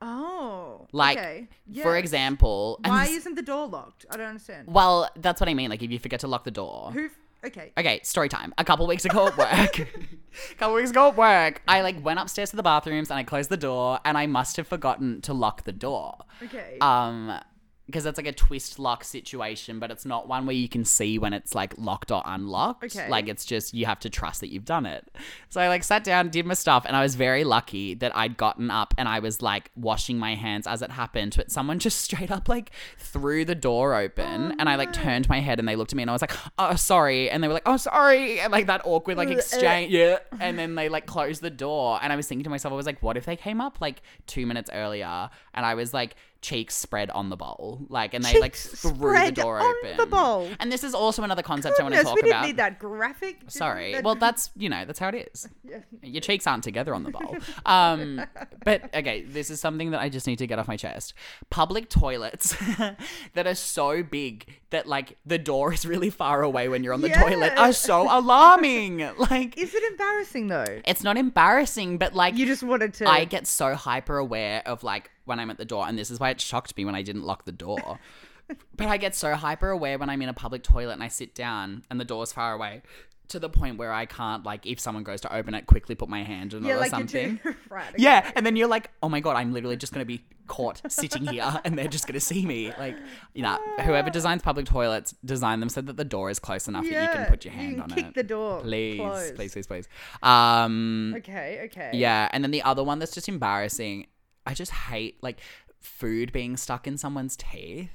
Oh. Like, okay. Yeah. for example, and Why this- isn't the door locked? I don't understand. well, that's what I mean. Like, if you forget to lock the door, Who? Okay. Okay, story time. A couple weeks ago at work. a couple weeks ago at work, I like went upstairs to the bathrooms and I closed the door and I must have forgotten to lock the door. Okay. Um because that's like a twist lock situation, but it's not one where you can see when it's like locked or unlocked. Okay. Like it's just you have to trust that you've done it. So I like sat down, did my stuff, and I was very lucky that I'd gotten up and I was like washing my hands as it happened. But someone just straight up like threw the door open, Oh, and I like turned my head and they looked at me and I was like, "Oh, sorry," and they were like, "Oh, sorry," and like that awkward like exchange, yeah. And then they like closed the door, and I was thinking to myself, I was like, "What if they came up like two minutes earlier?" And I was like. Cheeks spread on the bowl, like, and they like Cheeks threw the spread door on open. the bowl. And this is also another concept I want to Goodness, talk we didn't about. need that graphic. didn't Sorry. that- Well, that's you know that's how it is. Your cheeks aren't together on the bowl. Um, but okay, this is something that I just need to get off my chest. Public toilets that are so big that like the door is really far away when you're on the toilet Yeah. are so alarming. Like Is it embarrassing though? it's not embarrassing, but like You just wanted to. I get so hyper aware of like when I'm at the door, and this is why it shocked me when I didn't lock the door. but I get so hyper aware when I'm in a public toilet and I sit down and the door's far away to the point where I can't like if someone goes to open it, quickly put my hand in it yeah, or like something. you're too right. okay. Yeah, and then you're like, oh my god, I'm literally just gonna be caught sitting here, and they're just gonna see me. Like, you know, whoever designs public toilets, design them so that the door is close enough that you Yeah, can put your you hand can on kick it. the door please, closed. please, please, please. Um, Okay. Okay. yeah, and then the other one that's just embarrassing. I just hate like food being stuck in someone's teeth.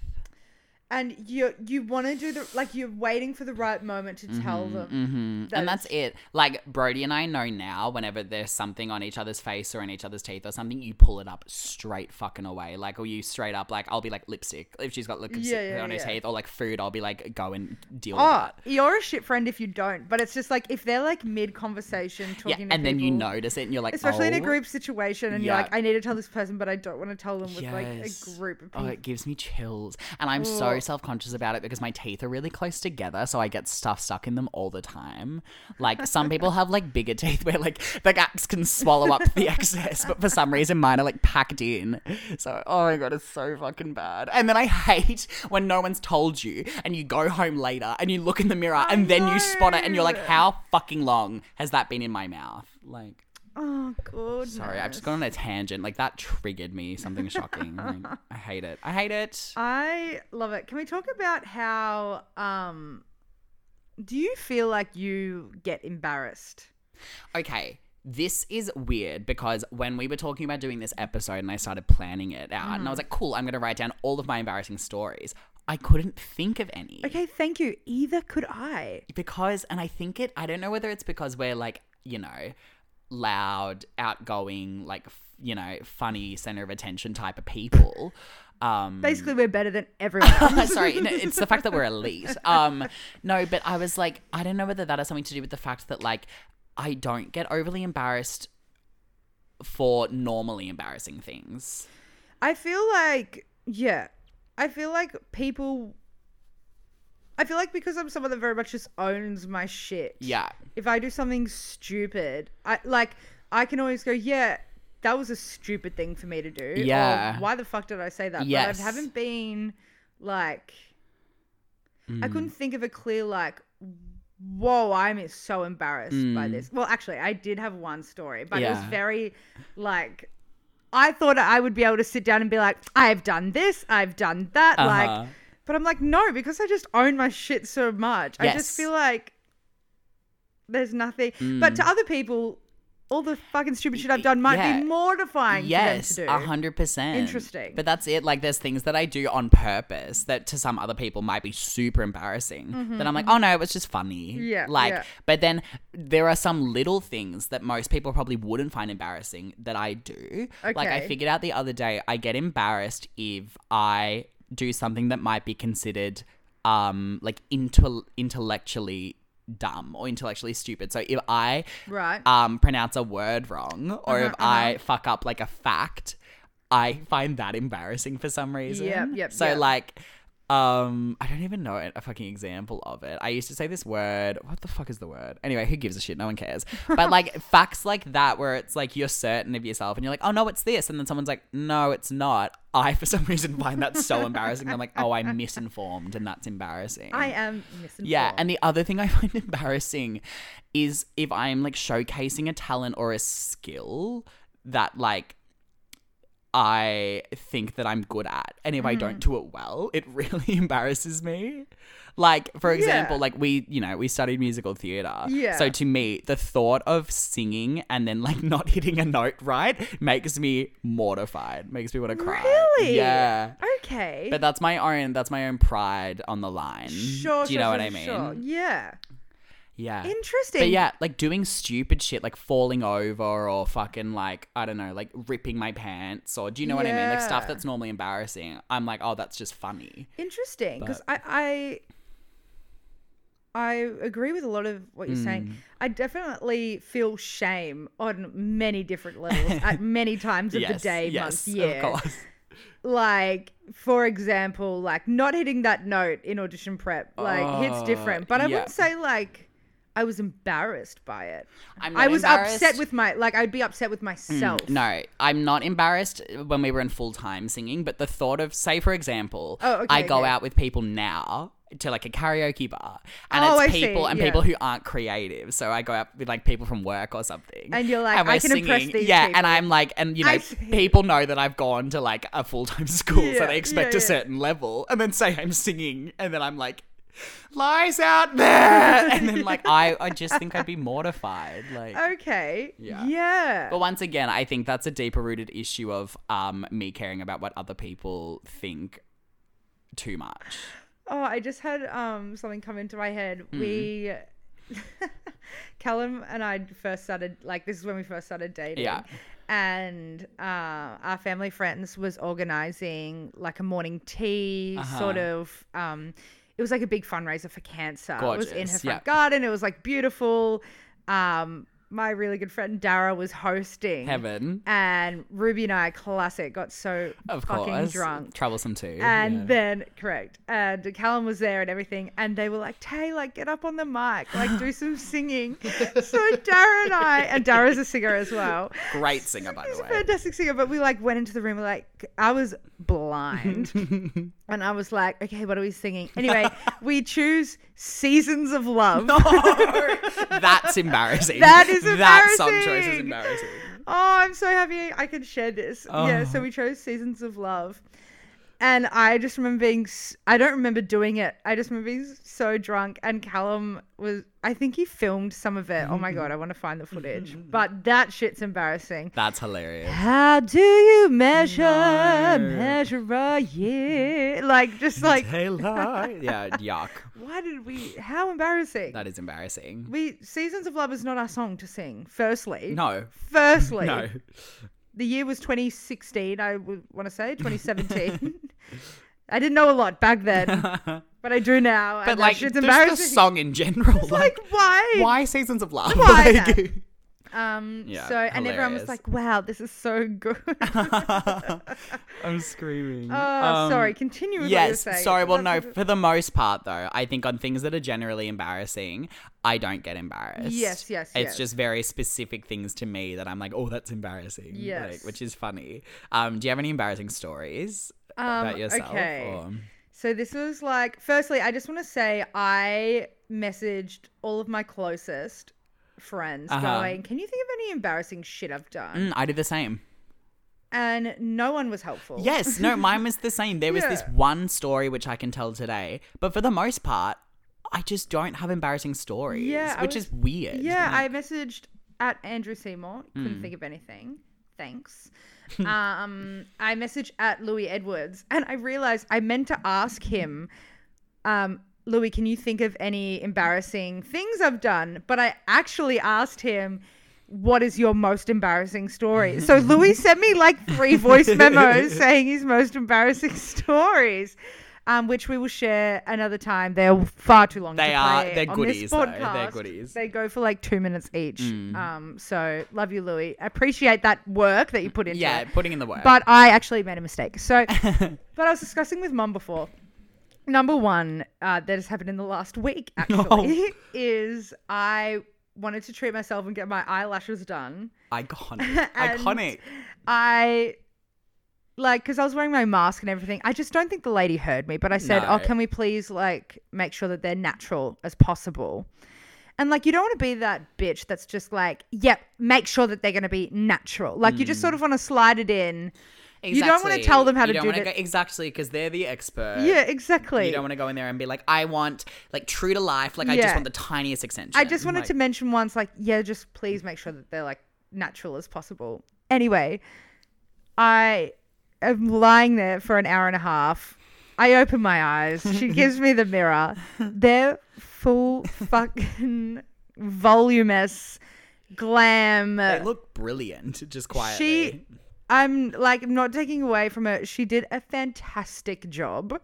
And you you want to do the like you're waiting for the right moment to tell them. Mm. that Mm-hmm, and that's it's- it. Like Brody and I know now whenever there's something on each other's face or in each other's teeth or something, you pull it up straight fucking away. Like or you straight up like I'll be like lipstick if she's got lipstick Yeah, yeah, on her yeah. teeth or like food, I'll be like go and deal with Oh, that. you're a shit friend if you don't. But it's just like if they're like mid conversation talking Yeah, to and then you people, notice it and you're like especially in a "Oh." group situation, and Yeah. you're like, I need to tell this person, but I don't want to tell them with like a Yes. group of people. Oh, it gives me chills. And I'm so self conscious about it because my teeth are really close together, so I get stuff stuck in them all the time. Like some people have like bigger teeth where like the gaps can swallow up the excess, but for some reason mine are like packed in. So oh my god, it's so fucking bad. And then I hate when no one's told you and you go home later and you look in the mirror and then you spot it and you're like, How fucking long has that been in my mouth? Like Oh, goodness. Sorry, I've just gone on a tangent. Like that triggered me something shocking. Like, I hate it. I hate it. Uh, I love it. Can we talk about how um do you feel like you get embarrassed? Okay, this is weird because when we were talking about doing this episode and I started planning it out, and I was like, cool, I'm going to write down all of my embarrassing stories. I couldn't think of any. Okay, thank you. Either could I. Because, and I think it, I don't know whether it's because we're like, you know, loud, outgoing, like, f- you know, funny, center of attention type of people. Um, Basically, we're better than everyone else. Sorry, no, it's the fact that we're elite. Um, no, but I was like, I don't know whether that has something to do with the fact that like I don't get overly embarrassed for normally embarrassing things. I feel like yeah. I feel like people I feel like because I'm someone that very much just owns my shit. Yeah, If I do something stupid, I like I can always go, yeah, that was a stupid thing for me to do. or, Yeah. Why the fuck did I say that? Yes. But I haven't been like Hmm. I couldn't think of a clear like whoa i'm so embarrassed by this well actually i did have one story but it was Hmm. Yeah. very like i thought i would be able to sit down and be like i've done this i've done that Uh-huh. like But I'm like, no, because I just own my shit so much. I just Yes. feel like there's nothing. But to other people, all the fucking stupid shit I've done might Hmm. yeah. be mortifying Yes, for them a to do. hundred percent. Interesting. But that's it. Like there's things that I do on purpose that to some other people might be super embarrassing. That I'm like, oh no, it was just funny. Mm-hmm. Yeah, Like, yeah. but then there are some little things that most people probably wouldn't find embarrassing that I do. Like I Okay. figured out the other day, I get embarrassed if I do something that might be considered um like intel intellectually dumb or intellectually stupid. So if I Right. Uh-huh, um, pronounce a word wrong or if I fuck up like a fact, I find that embarrassing for some reason. Yep, yep, So yep. like, um, I don't even know a fucking example of it. I used to say this word. What the fuck is the word? Anyway, who gives a shit? No one cares. But like facts like that, where it's like you're certain of yourself and you're like, oh no, it's this, and then someone's like, no, it's not. I for some reason find that so embarrassing. I'm like, oh, I'm misinformed, and that's embarrassing. I am misinformed. Yeah, and the other thing I find embarrassing is if I'm like showcasing a talent or a skill that like I think that I'm good at, and if I Mm-hmm. don't do it well, it really embarrasses me. Like for example, Yeah. like we, you know, we studied musical theater. Yeah. So to me, the thought of singing and then like not hitting a note right makes me mortified. Makes me want to cry. really, Yeah. okay. But that's my own. That's my own pride on the line. sure, Do sure, you know sure, what I mean? Sure. Yeah, Yeah. interesting. But yeah, like doing stupid shit, like falling over or fucking like I don't know, like ripping my pants or do you know what I mean? Like stuff Yeah. that's normally embarrassing. I'm like, oh, that's just funny. Interesting, because I, I I agree with a lot of what you're Hmm. saying. I definitely feel shame on many different levels at many times of the day, yes, month, year. of course. Like, for example, like not hitting that note in audition prep, like hits Oh, different. But I yeah. wouldn't say like I was embarrassed by it. I'm I not was upset embarrassed. with my like I'd be upset with myself. Hmm, No, I'm not embarrassed when we were in full time singing, but the thought of, say, for example, Oh, okay, I go okay. out with people now to like a karaoke bar and Oh, I it's see, people and yeah. people who aren't creative. So I go out with like people from work or something. And you're like, we're "I can impress these Yeah, people." and I'm like, and you I know, see. people know that I've gone to like a full time school, Yeah, so they expect yeah, a yeah. certain level. And then say I'm singing, and then I'm like, lies out there. and then like, I, I just think I'd be mortified. Like, Okay. Yeah. Yeah. but once again, I think that's a deeper rooted issue of um, me caring about what other people think too much. Oh, I just had um something come into my head. Mm-hmm. We Callum and I first started like this is when we first started dating. Yeah. And uh, our family friends was organizing like a morning tea Uh-huh. sort of um it was like a big fundraiser for cancer. It was in her Gorgeous, front yeah. garden. It was like beautiful. Um my really good friend Dara was hosting. Heaven, And Ruby and I, classic, got so of fucking course, drunk. troublesome too. And yeah. then, correct. And Callum was there and everything. And they were like, Tay, like, get up on the mic, like, do some singing. so Dara and I, and Dara's a singer as well. great singer by She's the a way. fantastic singer, but we like went into the room, like, I was blind. and I was like, okay, what are we singing? Anyway, we choose Seasons of Love. That's embarrassing. That is That song choice is embarrassing. embarrassing. Oh, I'm so happy I can share this. Yeah, Oh. so we chose Seasons of Love. And I just remember being, s- I don't remember doing it. I just remember being so drunk. And Callum was, I think he filmed some of it. Oh my God, I want to find the footage. But that shit's embarrassing. That's hilarious. How do you measure, No. measure a year? Like, just like, Taylor. yeah, yuck. why did we, how embarrassing. That is embarrassing. we, Seasons of Love is not our song to sing, firstly. No. Firstly. No. the year was 2016 i would want to say 2017 i didn't know a lot back then but i do now But and like that shit's just the embarrassing song in general. like why why seasons of love? Why Like- that? um Yeah, so and everyone was hilarious. Um, like wow this is so good I'm screaming. Um, oh sorry continue with Yes, what you were saying. sorry. Well, no, That's- for the most part, though, I think on things that are generally embarrassing, I don't get embarrassed. Yes, yes, It's yes. just very specific things to me that I'm like, oh, that's embarrassing. Yes. Like, which is funny. Um, do you have any embarrassing stories about yourself? Um, okay. or- So this was like, firstly, I just want to say I messaged all of my closest friends Uh-huh. going, "Can you think of any embarrassing shit I've done?" Mm, I did the same. and no one was helpful. Yes, no, mine was the same. There was this Oh. Yeah. one story which I can tell today, but for the most part, I just don't have embarrassing stories, Yeah, I which was- is weird. Yeah, Like, Hmm. I messaged at Andrew Seymour. Couldn't think of anything. Thanks. um, I messaged at Louis Edwards, and I realized I meant to ask him, um, Louis, can you think of any embarrassing things I've done? But I actually asked him. What is your most embarrassing story? So Louis sent me like three voice memos saying his most embarrassing stories, um, which we will share another time. They're far too long. They to are- play they're on goodies, This though. podcast. They're goodies. They go for like two minutes each. Mm. Um, so love you, Louis. Appreciate that work that you put into yeah, it. putting in the work. But I actually made a mistake. So, but I was discussing with mum before. Number one uh, that has happened in the last week actually Oh. is I wanted to treat myself and get my eyelashes done. iconic, And- iconic. I like because I was wearing my mask and everything. I just don't think the lady heard me, but I said, "Oh, No. can we please like make sure that they're natural as possible?" And like, you don't want to be that bitch that's just like, "Yep, make sure that they're going to be natural." Like, you just Mm. sort of want to slide it in. You don't wanna tell them how to You don't do wanna it. go- exactly because they're the expert. Yeah, exactly. Uh, You don't want to go in there and be like, I want like true to life. Like I Yeah. just want the tiniest extension. I just wanted Like, to mention once, like, yeah, just please make sure that they're like natural as possible. Anyway, I am lying there for an hour and a half. I open my eyes. She gives me the mirror. They're full fucking voluminous glam. They look brilliant. Just quietly. She, I'm like, I'm not taking away from her. She did a fantastic job.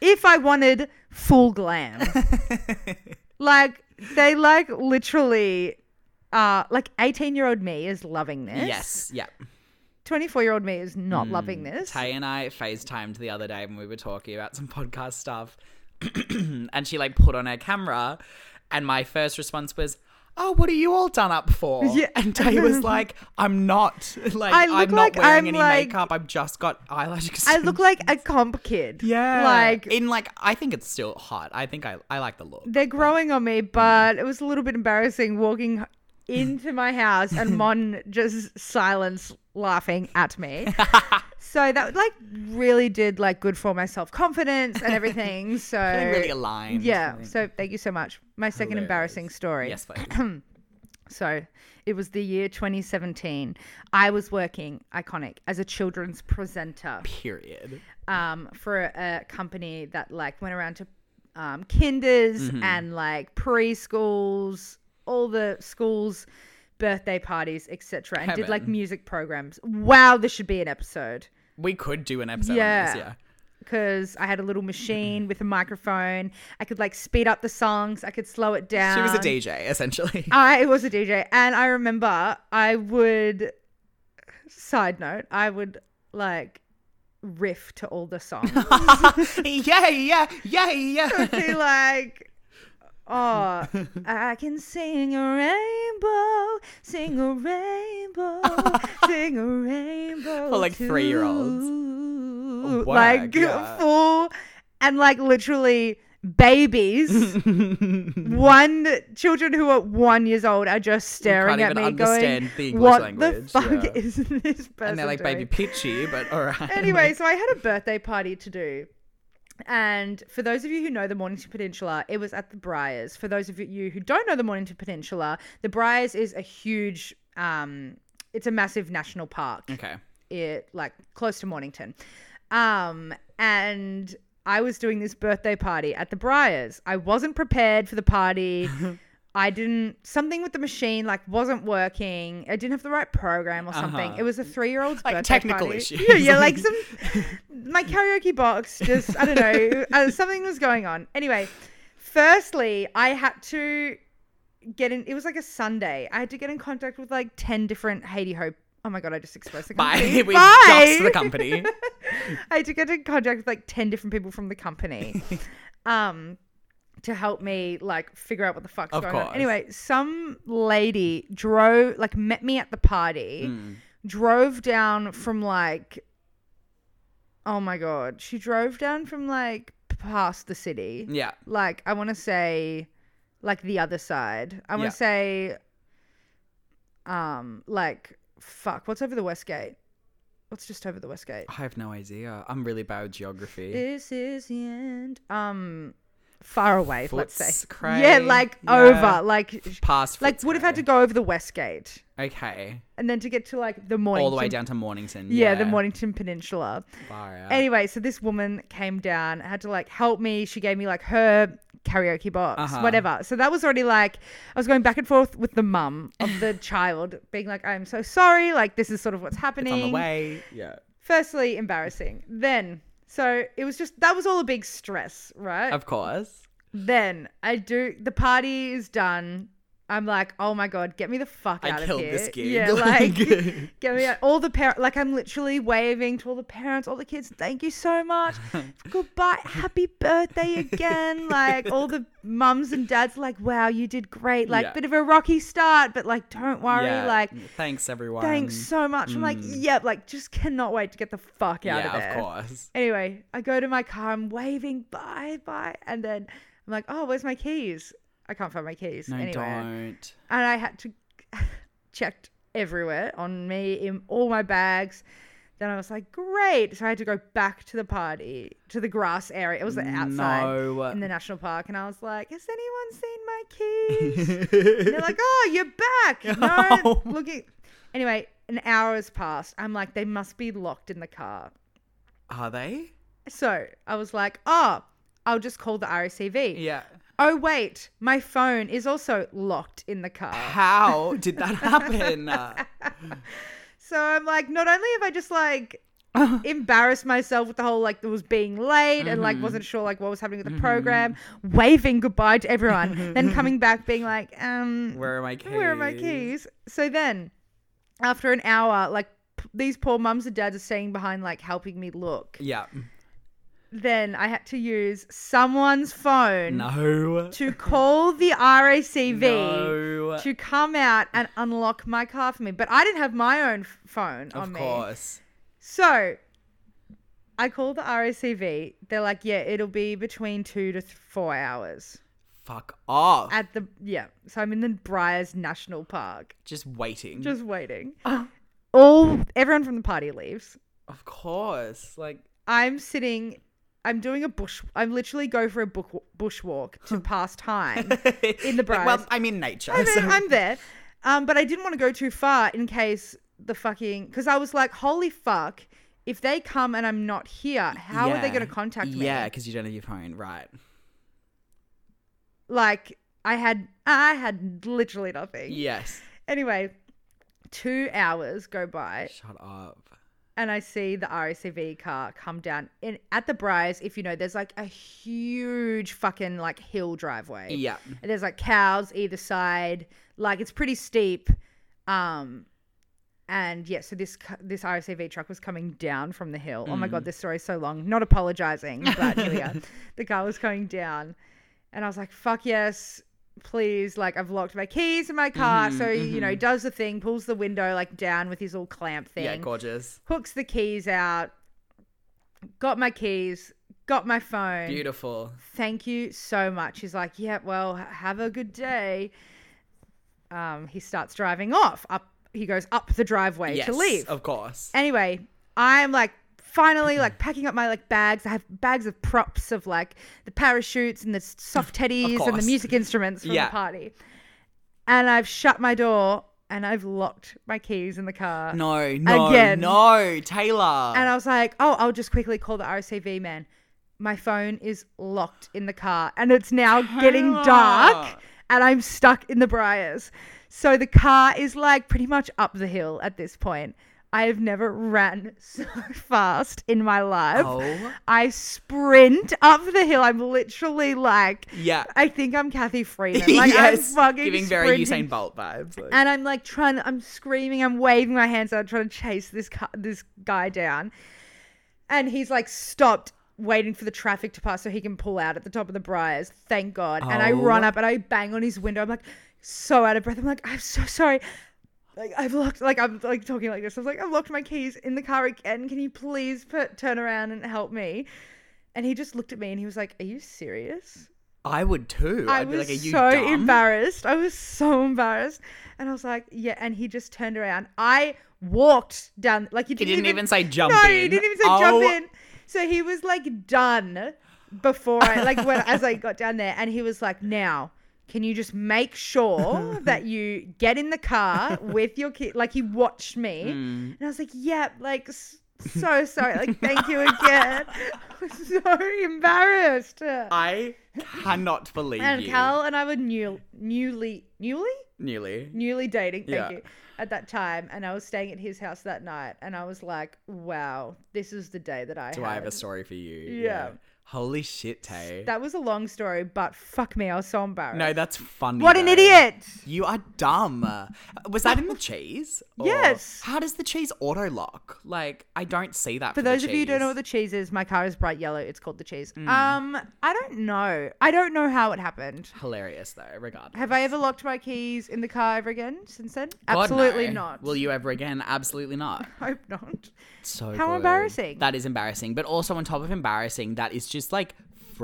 If I wanted full glam, like they like literally, uh, like 18 year old me is loving this. Yes. Hmm. Yeah. 24 year old me is not loving this. Tay and I FaceTimed the other day when we were talking about some podcast stuff. and she like put on her camera and my first response was, Oh, what are you all done up for? Yeah. And Tay was like, I'm not. Like I look I'm not like wearing I'm, any like- makeup. I've just got eyelash I extensions. look like a comp kid. Yeah. Like, in like I think it's still hot. I think I, I like the look. they're growing on me, but it was a little bit embarrassing walking into my house and Mon just silence laughing at me. so that like really did like good for my self confidence and everything. So Feeling really aligned. yeah. So thank you so much. My second embarrassing story. Yes, please. So it was the year 2017. I was working iconic as a children's presenter Period. um, for a, a company that like went around to um, kinders Mm-hmm. and like preschools, all the schools, birthday parties, etc., and did like Heaven. music programs. Wow, this should be an episode We could do an episode on Yeah. this, yeah. because I had a little Mm-hmm. machine with a microphone. I could like speed up the songs. I could slow it down. She was a DJ, essentially. I was a DJ, and I remember I would. Side note: I would like riff to all the songs. yeah, yeah, yeah, yeah. be like, oh, I can sing a rainbow, sing a rainbow, sing a rainbow. For, like, three-year-olds. too." Whack, Like yeah. full and like literally babies. one children who are one years old are just staring can't at me, even going, understand the English "What the language, fuck yeah. is this person?" and they're like doing? baby pitchy, but all right. anyway, so I had a birthday party to do. And for those of you who know the Mornington Peninsula, it was at the Briars. For those of you who don't know the Mornington Peninsula, the Briars is a huge, um, it's a massive national park okay. it like close to Mornington. Um, and I was doing this birthday party at the Briars. I wasn't prepared for the party. I didn't something with the machine like wasn't working. I didn't have the right program or something. Uh-huh. It was a three year old's Like, birthday technical party. issues. Yeah, yeah, like some my karaoke box just I don't know uh, something was going on. Anyway, firstly, I had to get in. It was like a Sunday. I had to get in contact with like ten different Haiti Hope. Oh my god, I just expressed the company. Bye. We doxed the Bye. company. I had to get in contact with like 10 different people from the company um to help me like figure out what the fuck's Of going on. course. Anyway, some lady drove like met me at the party, Mm. drove down from like oh my god, she drove down from like past the city. Yeah. Like I want to say like the other side. I want Yeah. to say um like fuck, what's over the west gate? What's just over the west gate? I have no idea. I'm really bad with geography. This is the end. Um, far away. let's say. Foots Cray. Yeah, like Yeah. over. Like Past Like would have had to go over the west gate, Okay. and then to get to like the Mornington. All the way down to Mornington. Yeah, the Mornington Peninsula. Far out. Anyway, so this woman came down, had to like help me. She gave me like her karaoke box, Uh-huh. whatever. So that was already like I was going back and forth with the mum of the child, being like, "I'm so sorry. Like this is sort of what's happening." On the way. Yeah. Firstly, embarrassing. Then, so it was just that was all a big stress, right? Of course. then I do the party is done. I'm like, oh my god, get me the fuck I out of killed here! this gig. Yeah, Like- like get me out. all the parents. Like I'm literally waving to all the parents, all the kids. Thank you so much. Goodbye. Happy birthday again. Like all the mums and dads, like wow, you did great. Like Yeah. bit of a rocky start, but like don't worry. Yeah. Mm. Like Thanks everyone. thanks so much. I'm like, yep. Like just cannot wait to get the fuck out Yeah, of there. of course. Anyway, I go to my car, I'm waving bye bye, and then I'm like, oh, where's my keys? I can't find my keys. No, anyway, don't. and I had to checked everywhere on me in all my bags. Then I was like, great. So I had to go back to the party to the grass area. It was outside No. in the national park, and I was like, has anyone seen my keys? And they're like, oh, you're back. No, Oh. looking. Anyway, an hour has passed. I'm like, they must be locked in the car. Are they? So I was like, oh, I'll just call the RACV. Yeah. Oh, wait, my phone is also locked in the car. How did that happen? Uh, So I'm like, not only have I just like embarrassed myself with the whole like that was being late and Mm-hmm. like wasn't sure like what was happening with the program, waving goodbye to everyone, then coming back being like, um, Where are my keys? Where are my keys? So then, after an hour, like p- these poor mums and dads are staying behind, like helping me look. Yeah. Then I had to use someone's phone No. to call the RACV No. to come out and unlock my car for me. But I didn't have my own f- phone Of on me. course. So I called the RACV. They're like, yeah, it'll be between two to th- four hours Fuck off. at the, yeah. So I'm in the Briars National Park just waiting. just waiting. Oh. All, everyone from the party leaves. of course. Like I'm sitting, I'm doing a bush, I literally go for a bush, bush walk to pass time. in the well, Briars. I'm in nature. I'm, so- there, I'm there. Um, but I didn't want to go too far in case the fucking because I was like, holy fuck, if they come and I'm not here, how are they Yeah. going to contact me? Yeah, because you don't have your phone, right? like I had I had literally nothing. Yes. Anyway, two hours go by Shut up. and I see the RACV car come down in at the Briars. If you know, there's like a huge fucking like hill driveway. Yeah. And there's like cows either side. Like it's pretty steep. Um and yeah, so this cu- this RSAV truck was coming down from the hill. Oh my Mm. god, this story's so long. Not apologizing, but here we are. The car was going down, and I was like, "Fuck yes, please!" Like I've locked my keys in my car, Mm-hmm, so you know, he does the thing, pulls the window like down with his all clamp thing, Yeah, gorgeous. hooks the keys out, got my keys, got my phone, Beautiful. thank you so much. He's like, yeah, well, h- have a good day. Um, he starts driving off up. He goes up the driveway yes. to leave. Of course. Anyway, I'm like finally like packing up my like bags. I have bags of props of like the parachutes and the s- soft teddies and the course. music instruments from Yeah. the party. And I've shut my door and I've locked my keys in the car. No, no, Again. no, Taylor. And I was like, oh, I'll just quickly call the RCV man. My phone is locked in the car and it's now getting dark Taylor. and I'm stuck in the briars. So the car is like pretty much up the hill at this point. I have never ran so fast in my life. Oh. I sprint up the hill. I'm literally like, Yeah. I think I'm Kathy Freeman. Like yes. I'm fucking giving very sprinting Usain Bolt vibes. like- and I'm like trying. I'm screaming. I'm waving my hands out, trying to chase this cu- this guy down. And he's like stopped, waiting for the traffic to pass so he can pull out at the top of the briars. Thank God. And I Oh. run up and I bang on his window. I'm like so out of breath. I'm like I'm so sorry. Like I've locked. Like I'm like talking like this. I was like I've locked my keys in the car again. Can you please put, turn around and help me? And he just looked at me and he was like, "Are you serious?" I would too. I I'd be was like, Are you so dumb? embarrassed. I was so embarrassed. And I was like, yeah. And he just turned around. I walked down. Like, you He didn't, didn't even say jump no, in. he didn't even say Oh, jump in. So he was like done before I, like, when, as I got down there. And he was like, now. Can you just make sure that you get in the car with your kid? Like he watched me, Hmm. and I was like, "Yep, like s- so sorry, like thank you again." I was so embarrassed. I cannot believe And you. Cal and I were new, newly, newly, Newly. newly dating. Thank Yeah. you. At that time, and I was staying at his house that night, and I was like, "Wow, this is the day that I Do had." I have a story for you? Yeah. Holy shit, Tay. That was a long story, but fuck me, I was so embarrassed. no, that's funny. what an though. idiot! You are dumb. Was that in the cheese? Or- Yes. How does the cheese auto lock? Like, I don't see that. For, For those of you who don't know what the cheese is, my car is bright yellow. It's called the cheese. Mm. Um, I don't know. I don't know how it happened. hilarious though. Regardless. Have I ever locked my keys in the car ever again since then? God, Absolutely no. not. Will you ever again? Absolutely not. Hope not. So How good. embarrassing. That is embarrassing. But also on top of embarrassing, that is just like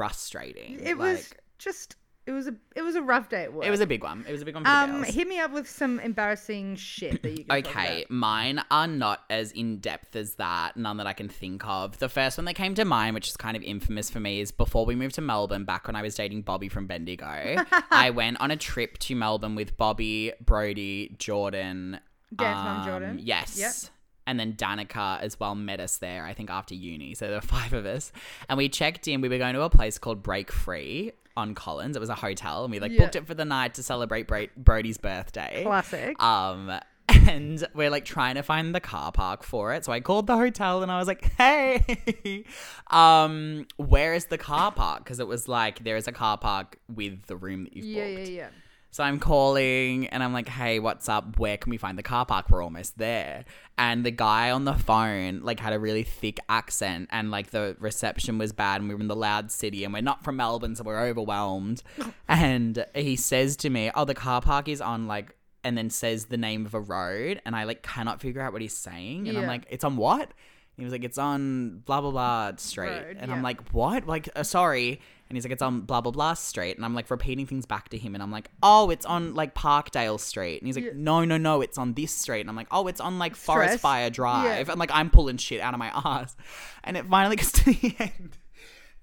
frustrating. It was Like, just. It was a. It was a rough day at work. It was a big one. It was a big one for the Um, girls. hit me up with some embarrassing shit that you can talk Okay, mine are not as in depth as that, none that I can think of. The first one that came to mind, which is kind of infamous for me, is before we moved to Melbourne, back when I was dating Bobby from Bendigo, I went on a trip to Melbourne with Bobby, Brody, Jordan. um, Dance Mum Jordan. Yes. Yep. And then Danica as well met us there, I think after uni. So there were five of us. And we checked in. We were going to a place called Break Free on Collins. It was a hotel. And we like Yeah. booked it for the night to celebrate Bro- Brody's birthday. Classic. Um, and we're like trying to find the car park for it. So I called the hotel and I was like, "Hey, um, where is the car park?" Because it was like there is a car park with the room that you've Yeah, booked. yeah, yeah. So I'm calling and I'm like, hey, what's up? Where can we find the car park? We're almost there. And the guy on the phone like had a really thick accent and like the reception was bad and we were in the loud city and we're not from Melbourne, so we're overwhelmed. and he says to me, Oh, the car park is on like and then says the name of a road and I like cannot figure out what he's saying. And I'm Yeah. like, it's on what? And he was like, it's on blah blah blah street. Road, and yeah. I'm like, what? Like, uh, sorry. And he's like, it's on blah blah blah street. And I'm like repeating things back to him. And I'm like, oh, it's on like Parkdale Street. And he's like, no, no, no, it's on this street. And I'm like, oh, it's on like Stress. Forest Fire Drive. And like, I'm pulling shit out of my ass. And it finally gets to the end.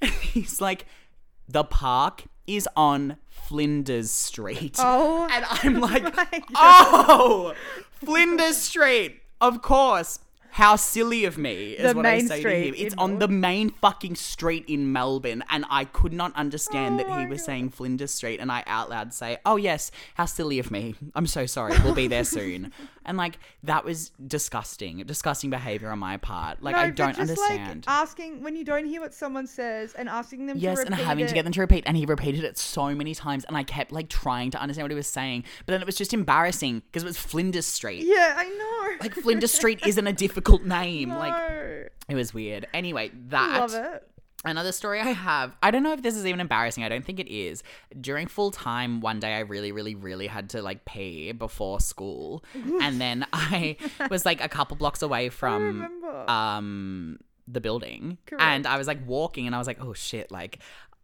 And he's like, the park is on Flinders Street. Oh and I'm like, my oh, Flinders Street, of course. How silly of me is The what I main say street to him. It's in on Melbourne. the main fucking street in Melbourne, and I could not understand Oh that he my was God. saying Flinders Street, and I out loud say, "Oh yes, how silly of me. I'm so sorry. We'll be there soon." and like that was disgusting, disgusting behavior on my part. Like No, I but don't just, understand. Like asking when you don't hear what someone says and asking them. Yes, to and repeat having it. to get them to repeat. And he repeated it so many times, and I kept like trying to understand what he was saying. But then it was just embarrassing because it was Flinders Street. Yeah, I know. Like Flinders Street isn't a difficult name. Like No. it was weird. Anyway, that love it. Another story I have, I don't know if this is even embarrassing. I don't think it is. During full time, one day I really, really, really had to like pee before school. and then I was like a couple blocks away from remember. um the building. And I was like walking and I was like, oh shit, like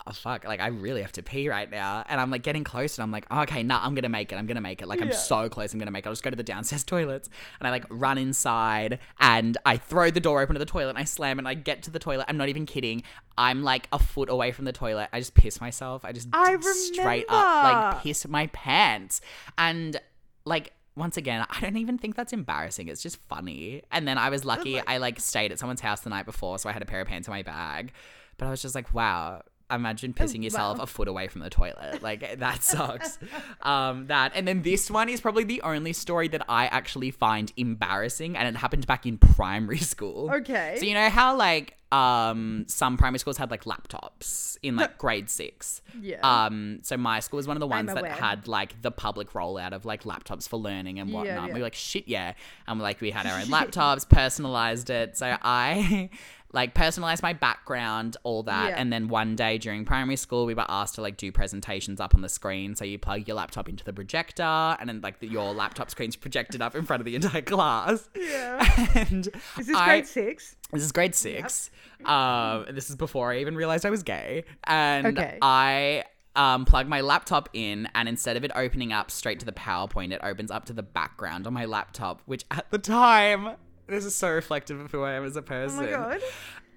oh, fuck, like I really have to pee right now. And I'm like getting close and I'm like, okay, nah, I'm gonna make it. I'm gonna make it. Like I'm so close, I'm gonna make it. I'll just go to the downstairs toilets. And I like run inside and I throw the door open to the toilet and I slam it and I get to the toilet. I'm not even kidding. I'm like a foot away from the toilet. I just piss myself. I just I d- straight up remember. like piss my pants. And like once again, I don't even think that's embarrassing. It's just funny. And then I was lucky. I like stayed at someone's house the night before, so I had a pair of pants in my bag. But I was just like, wow. Imagine Oh, pissing yourself a foot away from the toilet. Like that sucks. um, that and then this one is probably the only story that I actually find embarrassing, and it happened back in primary school. Okay. So you know how like um some primary schools had like laptops in like grade six. Yeah. Um. So my school was one of the ones that aware. had had, like the public rollout of like laptops for learning and whatnot. yeah. We were like, shit, yeah. And like we had our own laptops, personalized it. So I like personalized my background, all that. Yeah. And then one day during primary school, we were asked to like do presentations up on the screen. So you plug your laptop into the projector and then like the, your laptop screen's projected up in front of the entire class. Yeah. And Is this I- grade six? this is grade six. Um, this is before I even realized I was gay, and Okay. I um, plug my laptop in, and instead of it opening up straight to the PowerPoint, it opens up to the background on my laptop, which at the time, this is so reflective of who I am as a person. Oh God.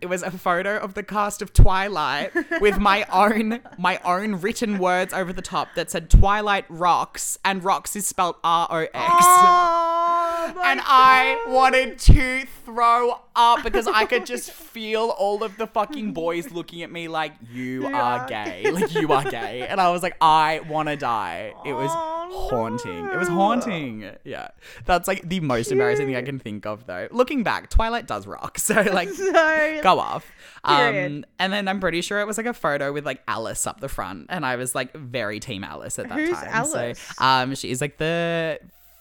It was a photo of the cast of Twilight with my own my own written words over the top that said Twilight rocks and rocks is spelled R O X Oh, my and I God. wanted to throw up because I could just feel all of the fucking boys looking at me like, you are are gay. Like, you are gay. And I was like, I want to die. It was Oh, haunting. It was no. haunting. Yeah. That's like the most embarrassing thing I can think of, though. Looking back, Twilight does rock. So, like, So- go off. Um, Period. and then I'm pretty sure it was like a photo with like Alice up the front. And I was like, very team Alice at that Who's time. So, Alice? um, she is like the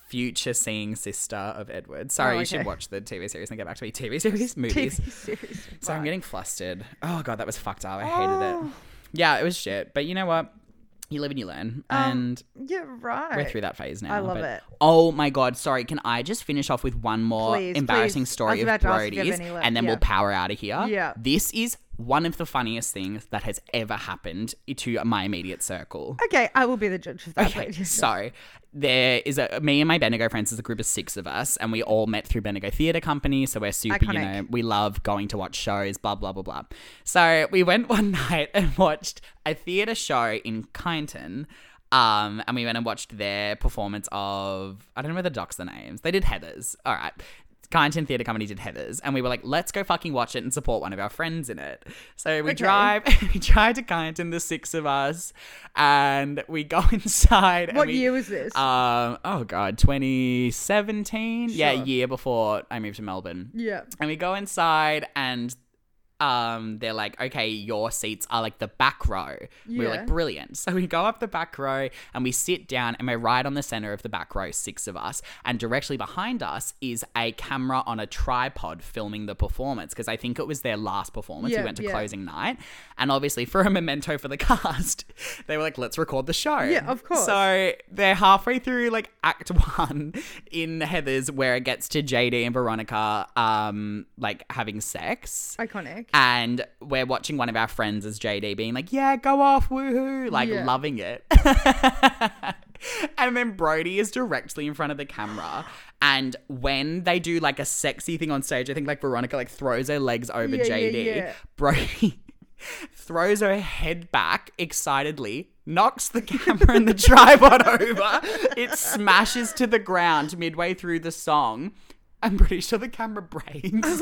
future seeing sister of Edward. Sorry, Oh, you should okay. watch the TV series and get back to me. TV series, movies. TV series. So I'm getting flustered. Oh god, that was fucked up. I Oh. hated it. Yeah, it was shit. But you know what? You live and you learn. Um, and Yeah, right. we're through that phase now. I love but- it. Oh my god, sorry. Can I just finish off with one more Please, embarrassing please. I story was of about to ask if you have Brody's any left, and then we'll yeah. power out of here? Yeah. This is one of the funniest things that has ever happened to my immediate circle. Okay, I will be the judge of that. Okay, ladies. so there is a me and my Bendigo friends is a group of six of us, and we all met through Bendigo Theatre Company. So we're super, you Iconic. know, we love going to watch shows, blah blah blah blah. So we went one night and watched a theatre show in Kyneton. Um, and we went and watched their performance of I don't know whether docs the names. They did Heathers. All right. Kyneton Theatre Company did Heathers, and we were like, let's go fucking watch it and support one of our friends in it. So we drive, we drive to Kyneton, the six of us, and we go inside. and What we- year was this? Um, oh god, 2017. Yeah, Sure. year before I moved to Melbourne. yeah. And we go inside and um they're like, okay, your seats are like the back row. We were Yeah. like, brilliant. So we go up the back row and we sit down and we're right on the center of the back row, six of us. And directly behind us is a camera on a tripod filming the performance. Because I think it was their last performance. Yeah, we went to yeah. closing night. And obviously for a memento for the cast, they were like, let's record the show. Yeah, of course. So they're halfway through like act one in Heather's where it gets to JD and Veronica um like having sex. Iconic. And we're watching one of our friends as JD being like, Yeah, go off, woohoo, like Yeah. loving it. and then Brody is directly in front of the camera. And when they do like a sexy thing on stage, I think like Veronica like throws her legs over Yeah, yeah, JD. yeah. Brody throws her head back excitedly, knocks the camera and the tripod over. It smashes to the ground midway through the song. I'm pretty sure the camera breaks.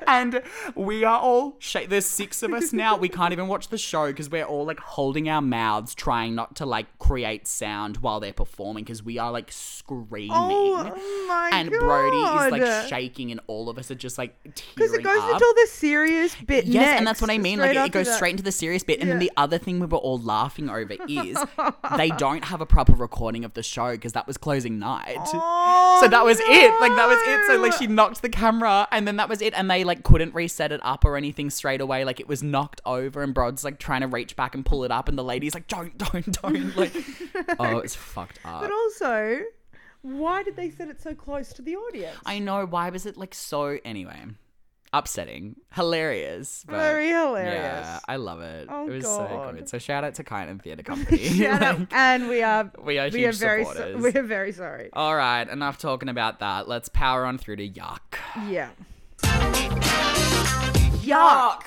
and we are all sh- there's six of us now. We can't even watch the show because we're all like holding our mouths, trying not to like create sound while they're performing because we are like screaming. Oh my and god. Brody is like shaking, and all of us are just like tearing Because it goes up. into all the serious bit. Yes, and that's what I next, mean. Like, it, it after goes that. straight into the serious bit. And then Yeah. the other thing we were all laughing over is they don't have a proper recording of the show because that was closing night. Oh, so that was it. Like, that was it. So, like, no. she knocked the camera and then that was it. And they, like, couldn't reset it up or anything straight away. Like, it was knocked over and Brod's, like, trying to reach back and pull it up. And the lady's like, don't, don't, don't. Like, oh, it's fucked up. But also, why did they set it so close to the audience? I know. Why was it, like, so. Anyway, upsetting. Hilarious. but- Very hilarious. Yeah, I love it. Oh, it was so God. good. So shout out to Kynan Theatre Company. Shout out- Like, and we are We are we huge are very so- supporters. we are very sorry. All right, enough talking about that. Let's power on through to yuck. yeah. Yuck.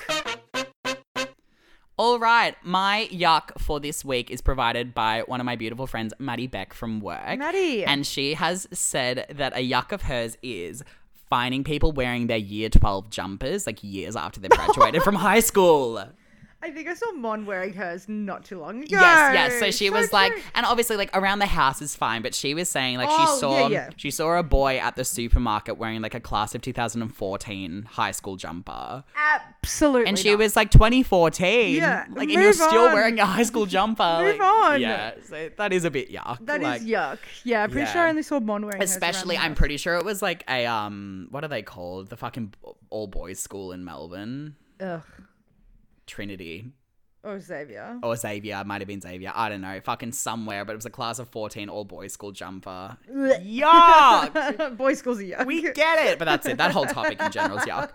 All right, my yuck for this week is provided by one of my beautiful friends, Maddie Beck from work. Maddie. And she has said that a yuck of hers is finding people wearing their year 12 jumpers like years after they've graduated from high school. I think I saw Mon wearing hers not too long ago. Yes, yes. So she was like, true. and obviously, like around the house is fine, but she was saying like Oh, she saw yeah, yeah. she saw a boy at the supermarket wearing like a class of 2014 high school jumper, absolutely. and she not. was like 2014, Yeah, like and you're move still on. wearing a high school jumper. Move like, on. Yeah, so that is a bit yuck. That is like, yuck. Yeah, I'm pretty yeah. sure I only saw Mon wearing. hers around Especially, the I'm house. pretty sure it was like a um, what are they called? The fucking all boys school in Melbourne, Ugh. Trinity. Oh Xavier. or Xavier, it might have been Xavier, I don't know, fucking somewhere, but it was a class of 14 all boys school jumper. Yuck! Boy schools are yuck. we get it! But that's it, that whole topic in general is yuck.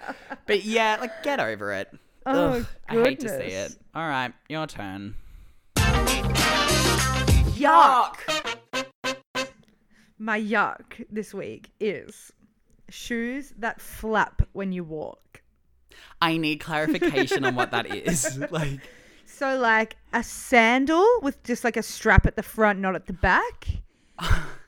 But yeah, like, get over it. Oh, Ugh, I hate to see goodness. it. All right, your turn. Yuck. My yuck this week is shoes that flap when you walk. I need clarification on what that is. Like, So, like a sandal with just like a strap at the front, not at the back.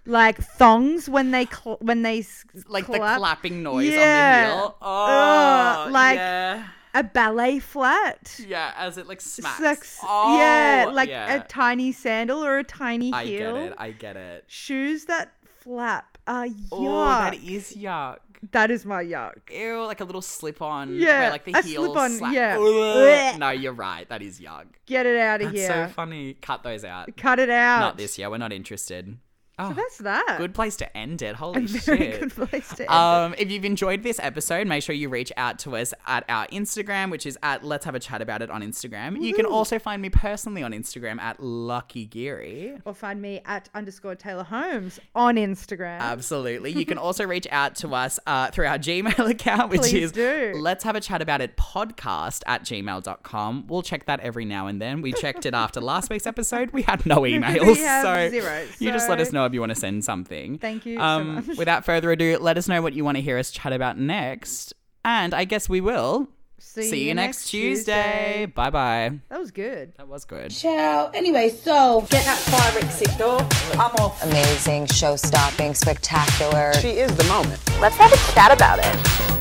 like thongs when they cl- when they s- like the clap. clapping noise Yeah. on the heel. Oh, Ugh, like- yeah. a ballet flat. yeah, as it like smacks. Sucks- Oh, yeah, like yeah. a tiny sandal or a tiny I heel. get it. I get it. Shoes that flap. Uh, yuck. Oh, that is yuck. that is my yuck. Ew, like a little slip on. Yeah, like the a heel slip-on, slap- yeah. Ugh. No, you're right. That is yuck. Get it out of That's here. so funny. Cut those out. Cut it out. Not this year. We're not interested. Oh, That's that. good place to end it. Holy A very shit. good place to end. it. Um, if you've enjoyed this episode, make sure you reach out to us at our Instagram, which is at Let's Have a Chat About It on Instagram. You can also find me personally on Instagram at Lucky Geary. or find me at underscore Taylor Holmes on Instagram. Absolutely. You can also reach out to us uh, through our Gmail account, which Please is do. let's have a chat about it podcast at gmail.com. We'll check that every now and then. We checked it after last week's episode. We had no emails. have so zero, you just let so- us know if you want to send something. Um, Thank you so much. Without further ado, let us know what you want to hear us chat about next. And I guess we will. See, you, next Tuesday. Bye bye. That was good. That was good. Ciao. Anyway, so Get that fire exit door. I'm off. Amazing, show stopping, spectacular. She is the moment. Let's have a chat about it.